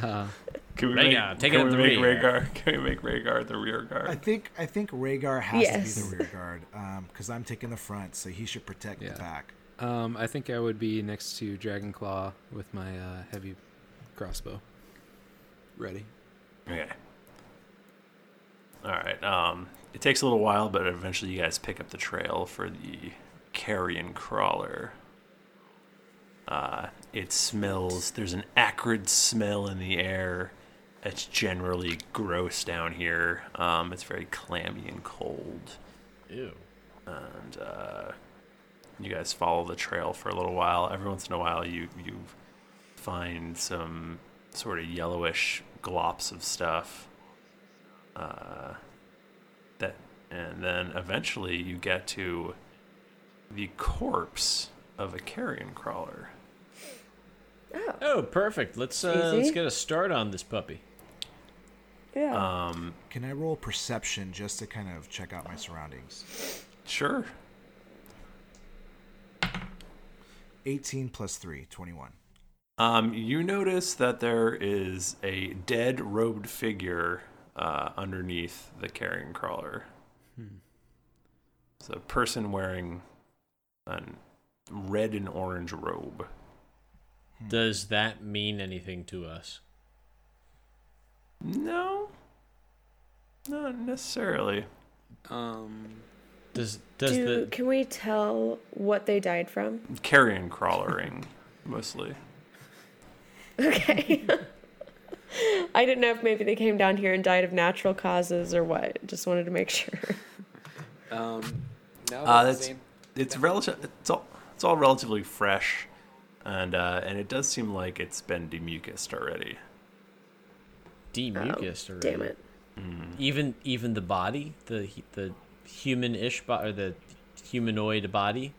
D: Uh,
E: Can we
F: Rhaegar, take it
E: can
F: up
E: we
F: the
E: make
F: rear.
E: Rhaegar? Can we make Rhaegar the rear
A: I
E: guard?
A: think I think Rhaegar has to
B: Yes.
A: be the rear guard because I'm taking the front, so he should protect
D: Yeah.
A: the back.
D: Um, I think I would be next to Dragonclaw with my uh, heavy crossbow. Ready.
E: Okay. All right. Um, it takes a little while, but eventually you guys pick up the trail for the carrion crawler. Uh, it smells. There's an acrid smell in the air. It's generally gross down here. Um, it's very clammy and cold.
F: Ew.
E: and uh, you guys follow the trail for a little while. Every once in a while, you you find some sort of yellowish glops of stuff. Uh, that and then eventually you get to the corpse of a carrion crawler.
B: Oh,
F: Oh, perfect. Let's uh, let's
B: Easy.
F: get a start on this puppy.
B: yeah.
E: Um,
A: Can I roll perception just to kind of check out my surroundings?
E: sure.
A: 18 plus 3, 21.
E: Um, you notice that there is a dead robed figure uh, underneath the carrying crawler. It's a person wearing a red and orange robe.
F: Does that mean anything to us?
E: No, not necessarily.
D: Um,
F: Does does
B: Do,
F: the
B: Can we tell what they died from?
E: Carrion crawlering, mostly.
B: Okay. I didn't know if maybe they came down here and died of natural causes or what. Just wanted to make sure.
D: um, no,
E: Uh, that's it's relative. It's all it's all relatively fresh, and uh, and it does seem like it's been demucused already.
F: demucus or
B: Oh, Damn it.
F: even even the body, the the human-ish body or the humanoid body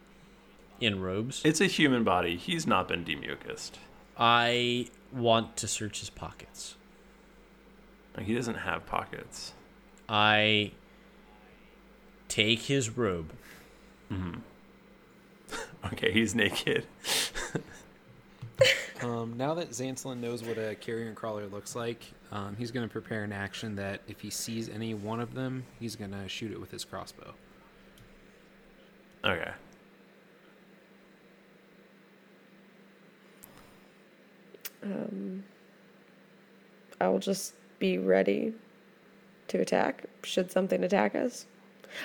F: in robes?
E: It's a human body. He's not been demucused.
F: I want to search his pockets.
E: Like, He doesn't have pockets.
F: I take his robe.
E: Okay, he's naked.
D: Um, now that Zanslin knows what a carrier and crawler looks like, um, he's going to prepare an action that if he sees any one of them, he's going to shoot it with his crossbow.
E: Okay.
B: Um, I will just be ready to attack should something attack us.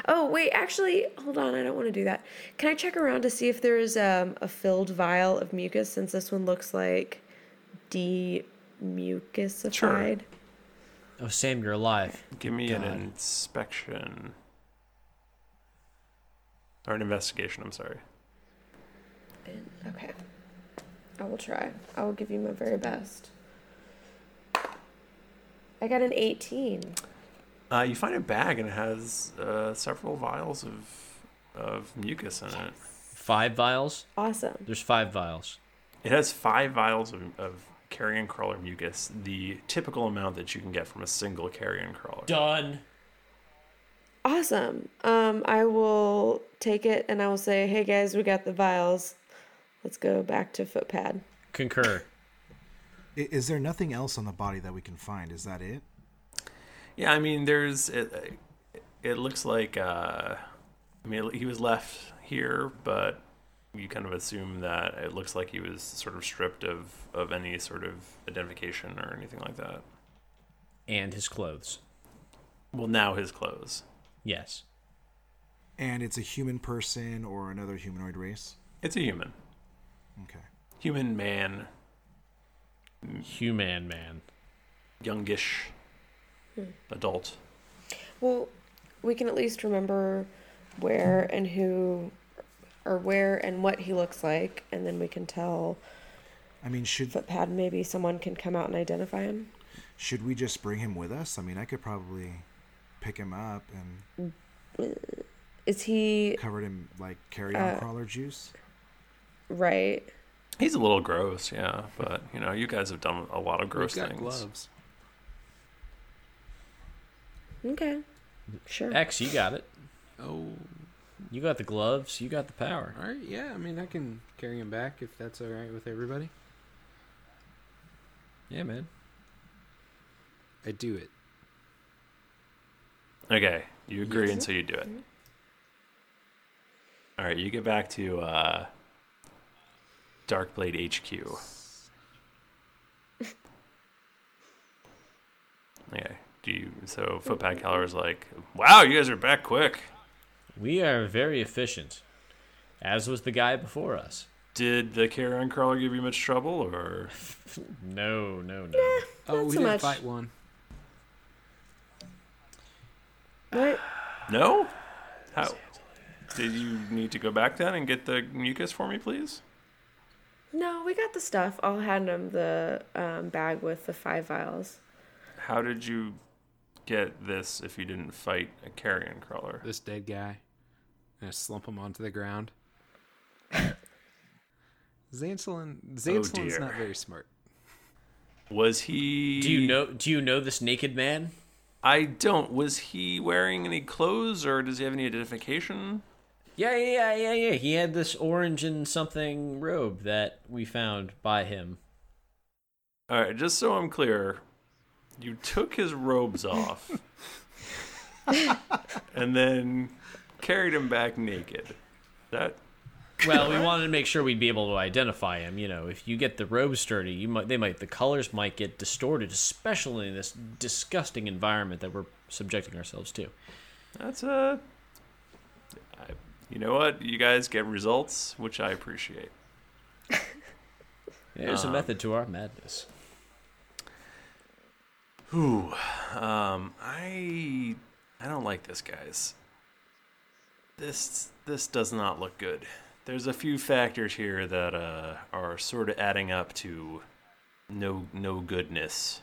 B: Oh, wait, actually, hold on. I don't want to do that. Can I check around to see if there is um, a filled vial of mucus since this one looks like demucusified?
E: Sure.
F: Oh, Sam, you're alive.
E: Give me an inspection. Or an investigation, I'm sorry.
B: Okay. I will try. I will give you my very best. I got an 18.
E: Uh, you find a bag and it has uh, several vials of of mucus in it.
F: Five vials.
B: Awesome.
F: There's five vials.
E: It has five vials of, of carrion crawler mucus, the typical amount that you can get from a single carrion crawler.
F: Done.
B: Awesome. Um, I will take it and I will say, hey guys, we got the vials. Let's go back to footpad.
F: Concur.
A: I- Is there nothing else on the body that we can find? Is that it?
E: Yeah, I mean, there's it. It looks like uh, I mean, he was left here, but you kind of assume that it looks like he was sort of stripped of of any sort of identification or anything like that.
F: And his clothes.
E: Well, now his clothes.
F: Yes.
A: And it's a human person or another humanoid race?
E: It's a human,
A: Okay.
E: human man,
F: Human man.
E: youngish, adult.
B: Well, we can at least remember where and who or where and what he looks like, and then we can tell
A: I mean, should
B: footpad maybe someone can come out and identify him.
A: should we just bring him with us? I mean, I could probably pick him up and
B: Is he
A: covered him like carry on crawler juice.
B: right?
E: He's a little gross, yeah, but you know, you guys have done a lot of gross
D: We've got
E: things.
D: gloves.
B: Okay. Sure.
F: X, you got it.
D: Oh,
F: You got the gloves. You got the power.
D: all right. Yeah, I mean, I can carry him back if that's all right with everybody.
F: Yeah, man.
D: I do it.
E: Okay, you agree, and so you do it. All right, you get back to uh, Darkblade HQ. Okay, do you? So Footpad Keller is like, "Wow, you guys are back quick."
F: We are very efficient, as was the guy before us.
E: Did the Carrion Crawler give you much trouble, or
F: No, no, no.
D: Oh,
B: Not
D: we
B: so
D: didn't
B: much.
D: fight one.
B: What?
E: no? How did you need to go back then and get the mucus for me, please?
B: No, we got the stuff. I'll hand him the um, bag with the five vials.
E: How did you get this if you didn't fight a Carrion Crawler?
D: This dead guy. And I slump him onto the ground. Zancelin. Zancelin's
E: dear.
D: not very smart.
E: Was he?
F: Do you know? Do you know this naked man?
E: I don't. Was he wearing any clothes, or does he have any identification?
F: Yeah, yeah, yeah, yeah. yeah. He had this orange and something robe that we found by him.
E: All right, just so I'm clear, you took his robes off, and then carried him back naked. That
F: Well, we wanted to make sure we'd be able to identify him. You know, if you get the robes dirty, you might they might the colors might get distorted, especially in this disgusting environment that we're subjecting ourselves to.
E: that's a. I, you know what? You guys get results, which I appreciate.
F: There's a method to our madness.
E: Ooh, um, I I don't like this, guys. This this does not look good. There's a few factors here that uh, are sort of adding up to no no goodness.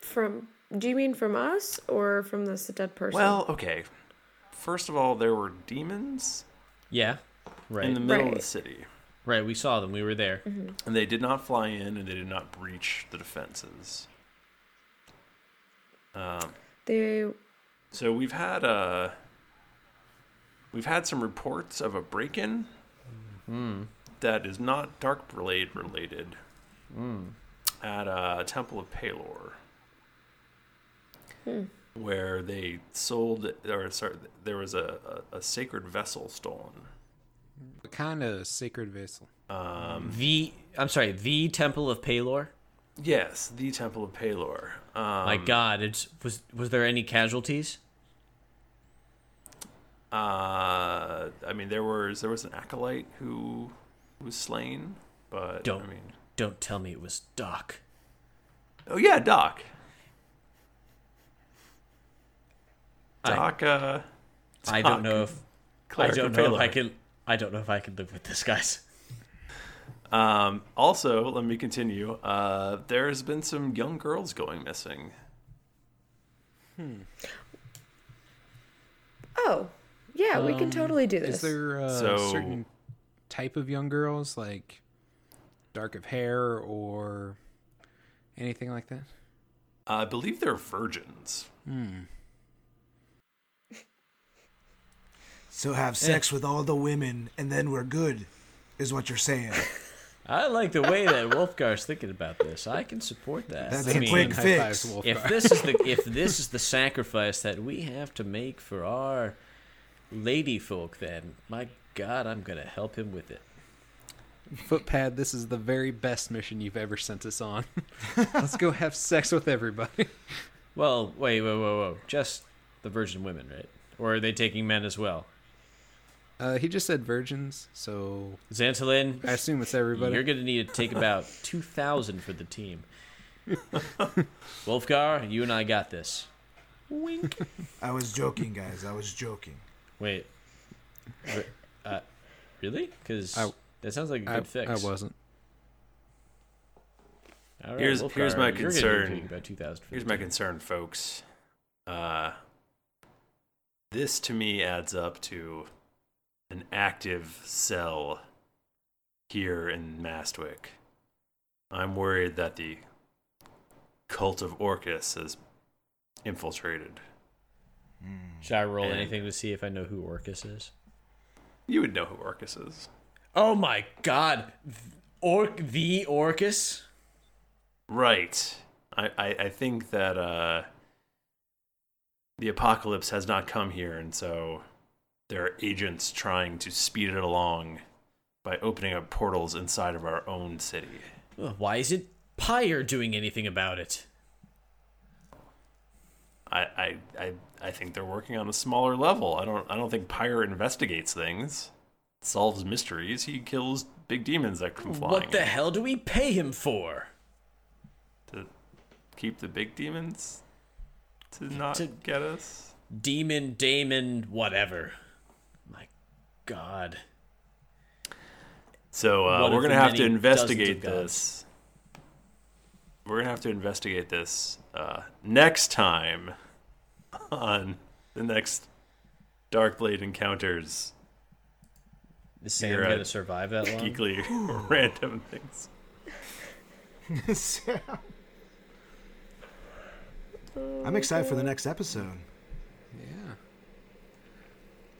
B: From? Do you mean from us or from this dead person?
E: Well, okay. First of all, there were demons
F: Yeah,
E: in
F: right,
E: the middle of
B: Right.
E: the city,
F: right. We saw them. We were there.
E: and they did not fly in, and they did not breach the defenses.
B: they
E: So we've had uh we've had some reports of a break-in Mm-hmm. that is not Darkblade related Mm. at uh, Temple of Palor, where they sold or sorry, there was a, a, a sacred vessel stolen.
D: What kind of sacred vessel?
F: The I'm sorry, the Temple of Palor.
E: Yes, the Temple of Palor. Um,
F: My God, it's was was there any casualties?
E: Uh, I mean, there was there was an acolyte who was slain, but
F: Don't
E: I mean,
F: don't tell me it was Doc.
E: oh yeah, Doc.
F: I-
E: Doc. uh,
F: I
E: Doc,
F: don't know if I
E: cleric
F: don't
E: of
F: know if I
E: Palor.
F: can I don't know if I can live with this, guys.
E: Um, also, let me continue. Uh, there's been some young girls going missing.
B: Oh, yeah, we can totally do this.
D: Um, Is there a
E: So-
D: certain type of young girls, like dark of hair or anything like that?
E: I believe they're virgins.
A: So have sex with all the women, and then we're good, is what you're saying.
F: I like the way that Wolfgar's thinking about this. I can support that.
A: That's
F: I
A: a
F: mean,
A: quick
D: High
A: fix.
D: fives, Wolfgar.
F: if this is the if this is the sacrifice that we have to make for our lady folk, then my God, I'm gonna help him with it.
D: Footpad, this is the very best mission you've ever sent us on. Let's go have sex with everybody.
F: Well, wait, whoa, whoa, whoa! Just the virgin women, right? Or are they taking men as well?
D: Uh, he just said virgins, so
F: Xantolin,
D: I assume it's everybody.
F: You're going to need to take about 2,000 for the team. Wolfgar, you and I got this. Wink.
A: I was joking, guys. I was joking.
F: Wait. Re- Uh, really? Because
D: I-
F: that sounds like a
D: I,
F: good fix.
D: I wasn't.
F: All right,
E: Here's-
F: Wolfgar,
E: here's my
F: you're gonna need to
E: concern.
F: take About 2,000 for
E: Here's
F: the
E: my
F: team.
E: concern, folks. Uh, this to me adds up to an active cell here in Mastwick. I'm worried that the cult of Orcus is infiltrated.
F: Should I roll
E: And-
F: anything to see if I know who Orcus is?
E: You would know who Orcus is,
F: Oh my god. Orc the Orcus?
E: right? I I, I think that uh, the apocalypse has not come here, and so there are agents trying to speed it along by opening up portals inside of our own city.
F: Ugh, Why isn't Pyre doing anything about it?
E: I, I, I, I think they're working on a smaller level. I don't I don't think Pyre investigates things, solves mysteries. He kills big demons that come flying.
F: What the hell do we pay him for?
E: To keep the big demons to not
F: To-
E: get us.
F: demon, Damon, whatever. My God.
E: So uh,
F: One
E: we're
F: of
E: gonna
F: the
E: have to
F: many dozens of
E: investigate
F: gods.
E: this. We're gonna have to investigate this uh, next time on the next Darkblade encounters
F: Is Sam
E: You're
F: gonna
E: right.
F: survive that long?
E: geekly random things.
A: I'm excited for the next episode.
D: Yeah.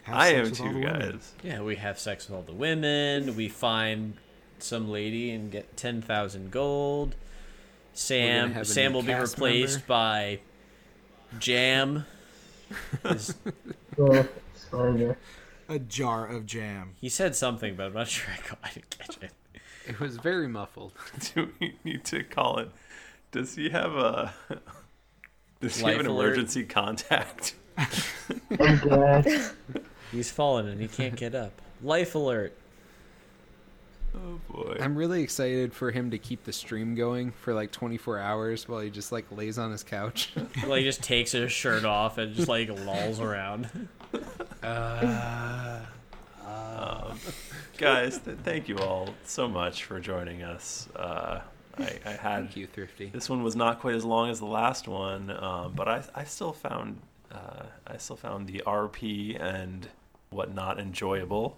A: Have
E: I
A: sex
E: am
A: with all
E: too,
A: the women.
E: guys.
F: Yeah, we have sex with all the women. We find some lady and get ten thousand gold.
D: have a
F: Sam
D: new
F: Sam will be
D: cast
F: replaced
D: member.
F: by Jam. Is-
G: Oh, Spider.
A: A jar of jam.
F: he said something, but I'm not sure I, got, I didn't catch it.
D: It was very muffled.
E: Do we need to call it? Does he have a? Does he have
F: Life
E: an
F: alert.
E: emergency contact?
G: I'm glad.
F: He's fallen and he can't get up. Life alert.
E: Oh boy.
D: I'm really excited for him to keep the stream going for like 24 hours while he just like lays on his couch.
F: Well, he just takes his shirt off and just like lolls around.
D: Uh, Ah.
E: Guys, th- thank you all so much for joining us. Uh, I, I had
D: Thank you, Thrifty.
E: this one was not quite as long as the last one, um, but I, I still found uh, I still found the RP and whatnot enjoyable.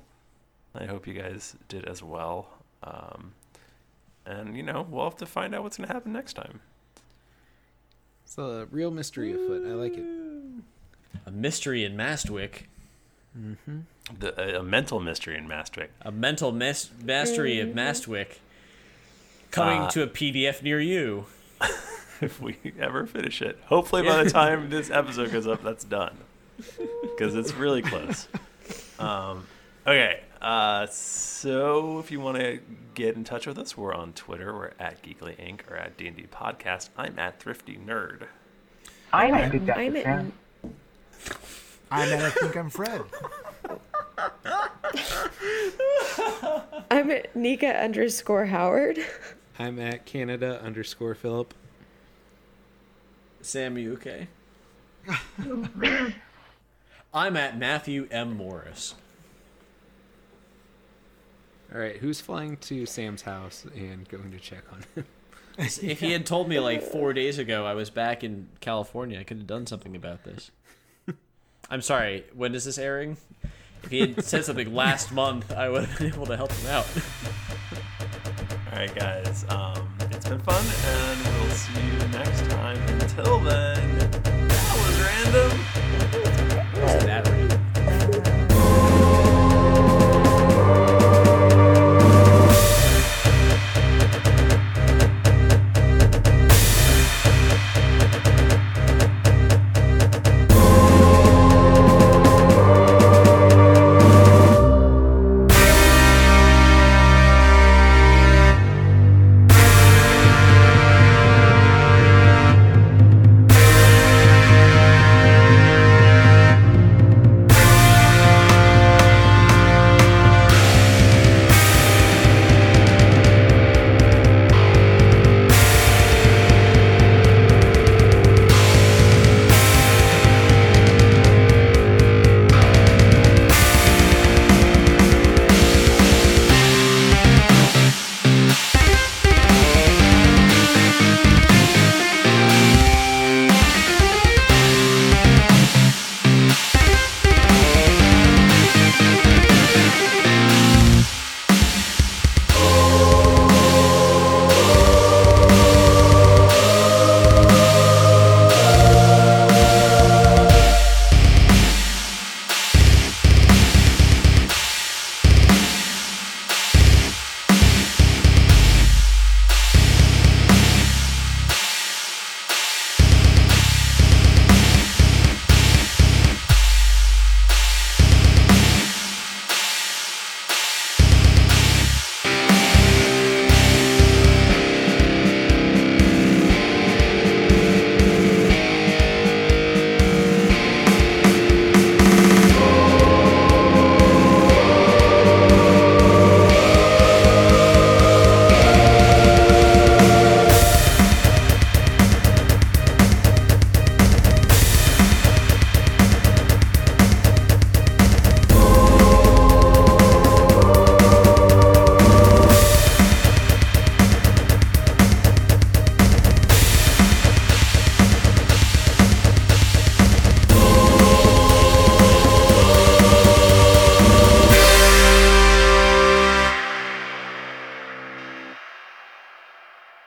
E: I hope you guys did as well. Um, and you know, we'll have to find out what's going to happen next time.
D: It's a real mystery afoot. I like it.
F: A mystery in Mastwick.
E: The, a, a mental mystery in Maastricht.
F: a mental mas- mastery of Mastwick coming
D: Ah.
F: to a PDF near you.
E: if we ever finish it. Hopefully, by the time this episode goes up, that's done because it's really close. Um, okay, Uh, so if you want to get in touch with us, we're on Twitter. We're at Geekly Inc. or at D&D Podcast. I'm at Thrifty Nerd.
G: I might do that.
B: I'm at
A: I'm at I think I'm Fred.
B: I'm at Nika underscore Howard.
D: I'm at Canada underscore Philip.
F: Sam, you okay? I'm at Matthew M. Morris.
D: All right, who's flying to Sam's house and going to check on him?
F: If he had told me like four days ago I was back in California, I could have done something about this. I'm sorry, when is this airing? If he had said something last month, I would have been able to help him out.
E: All right, guys. Um, it's been fun, and we'll see you next time. Until then, that was random.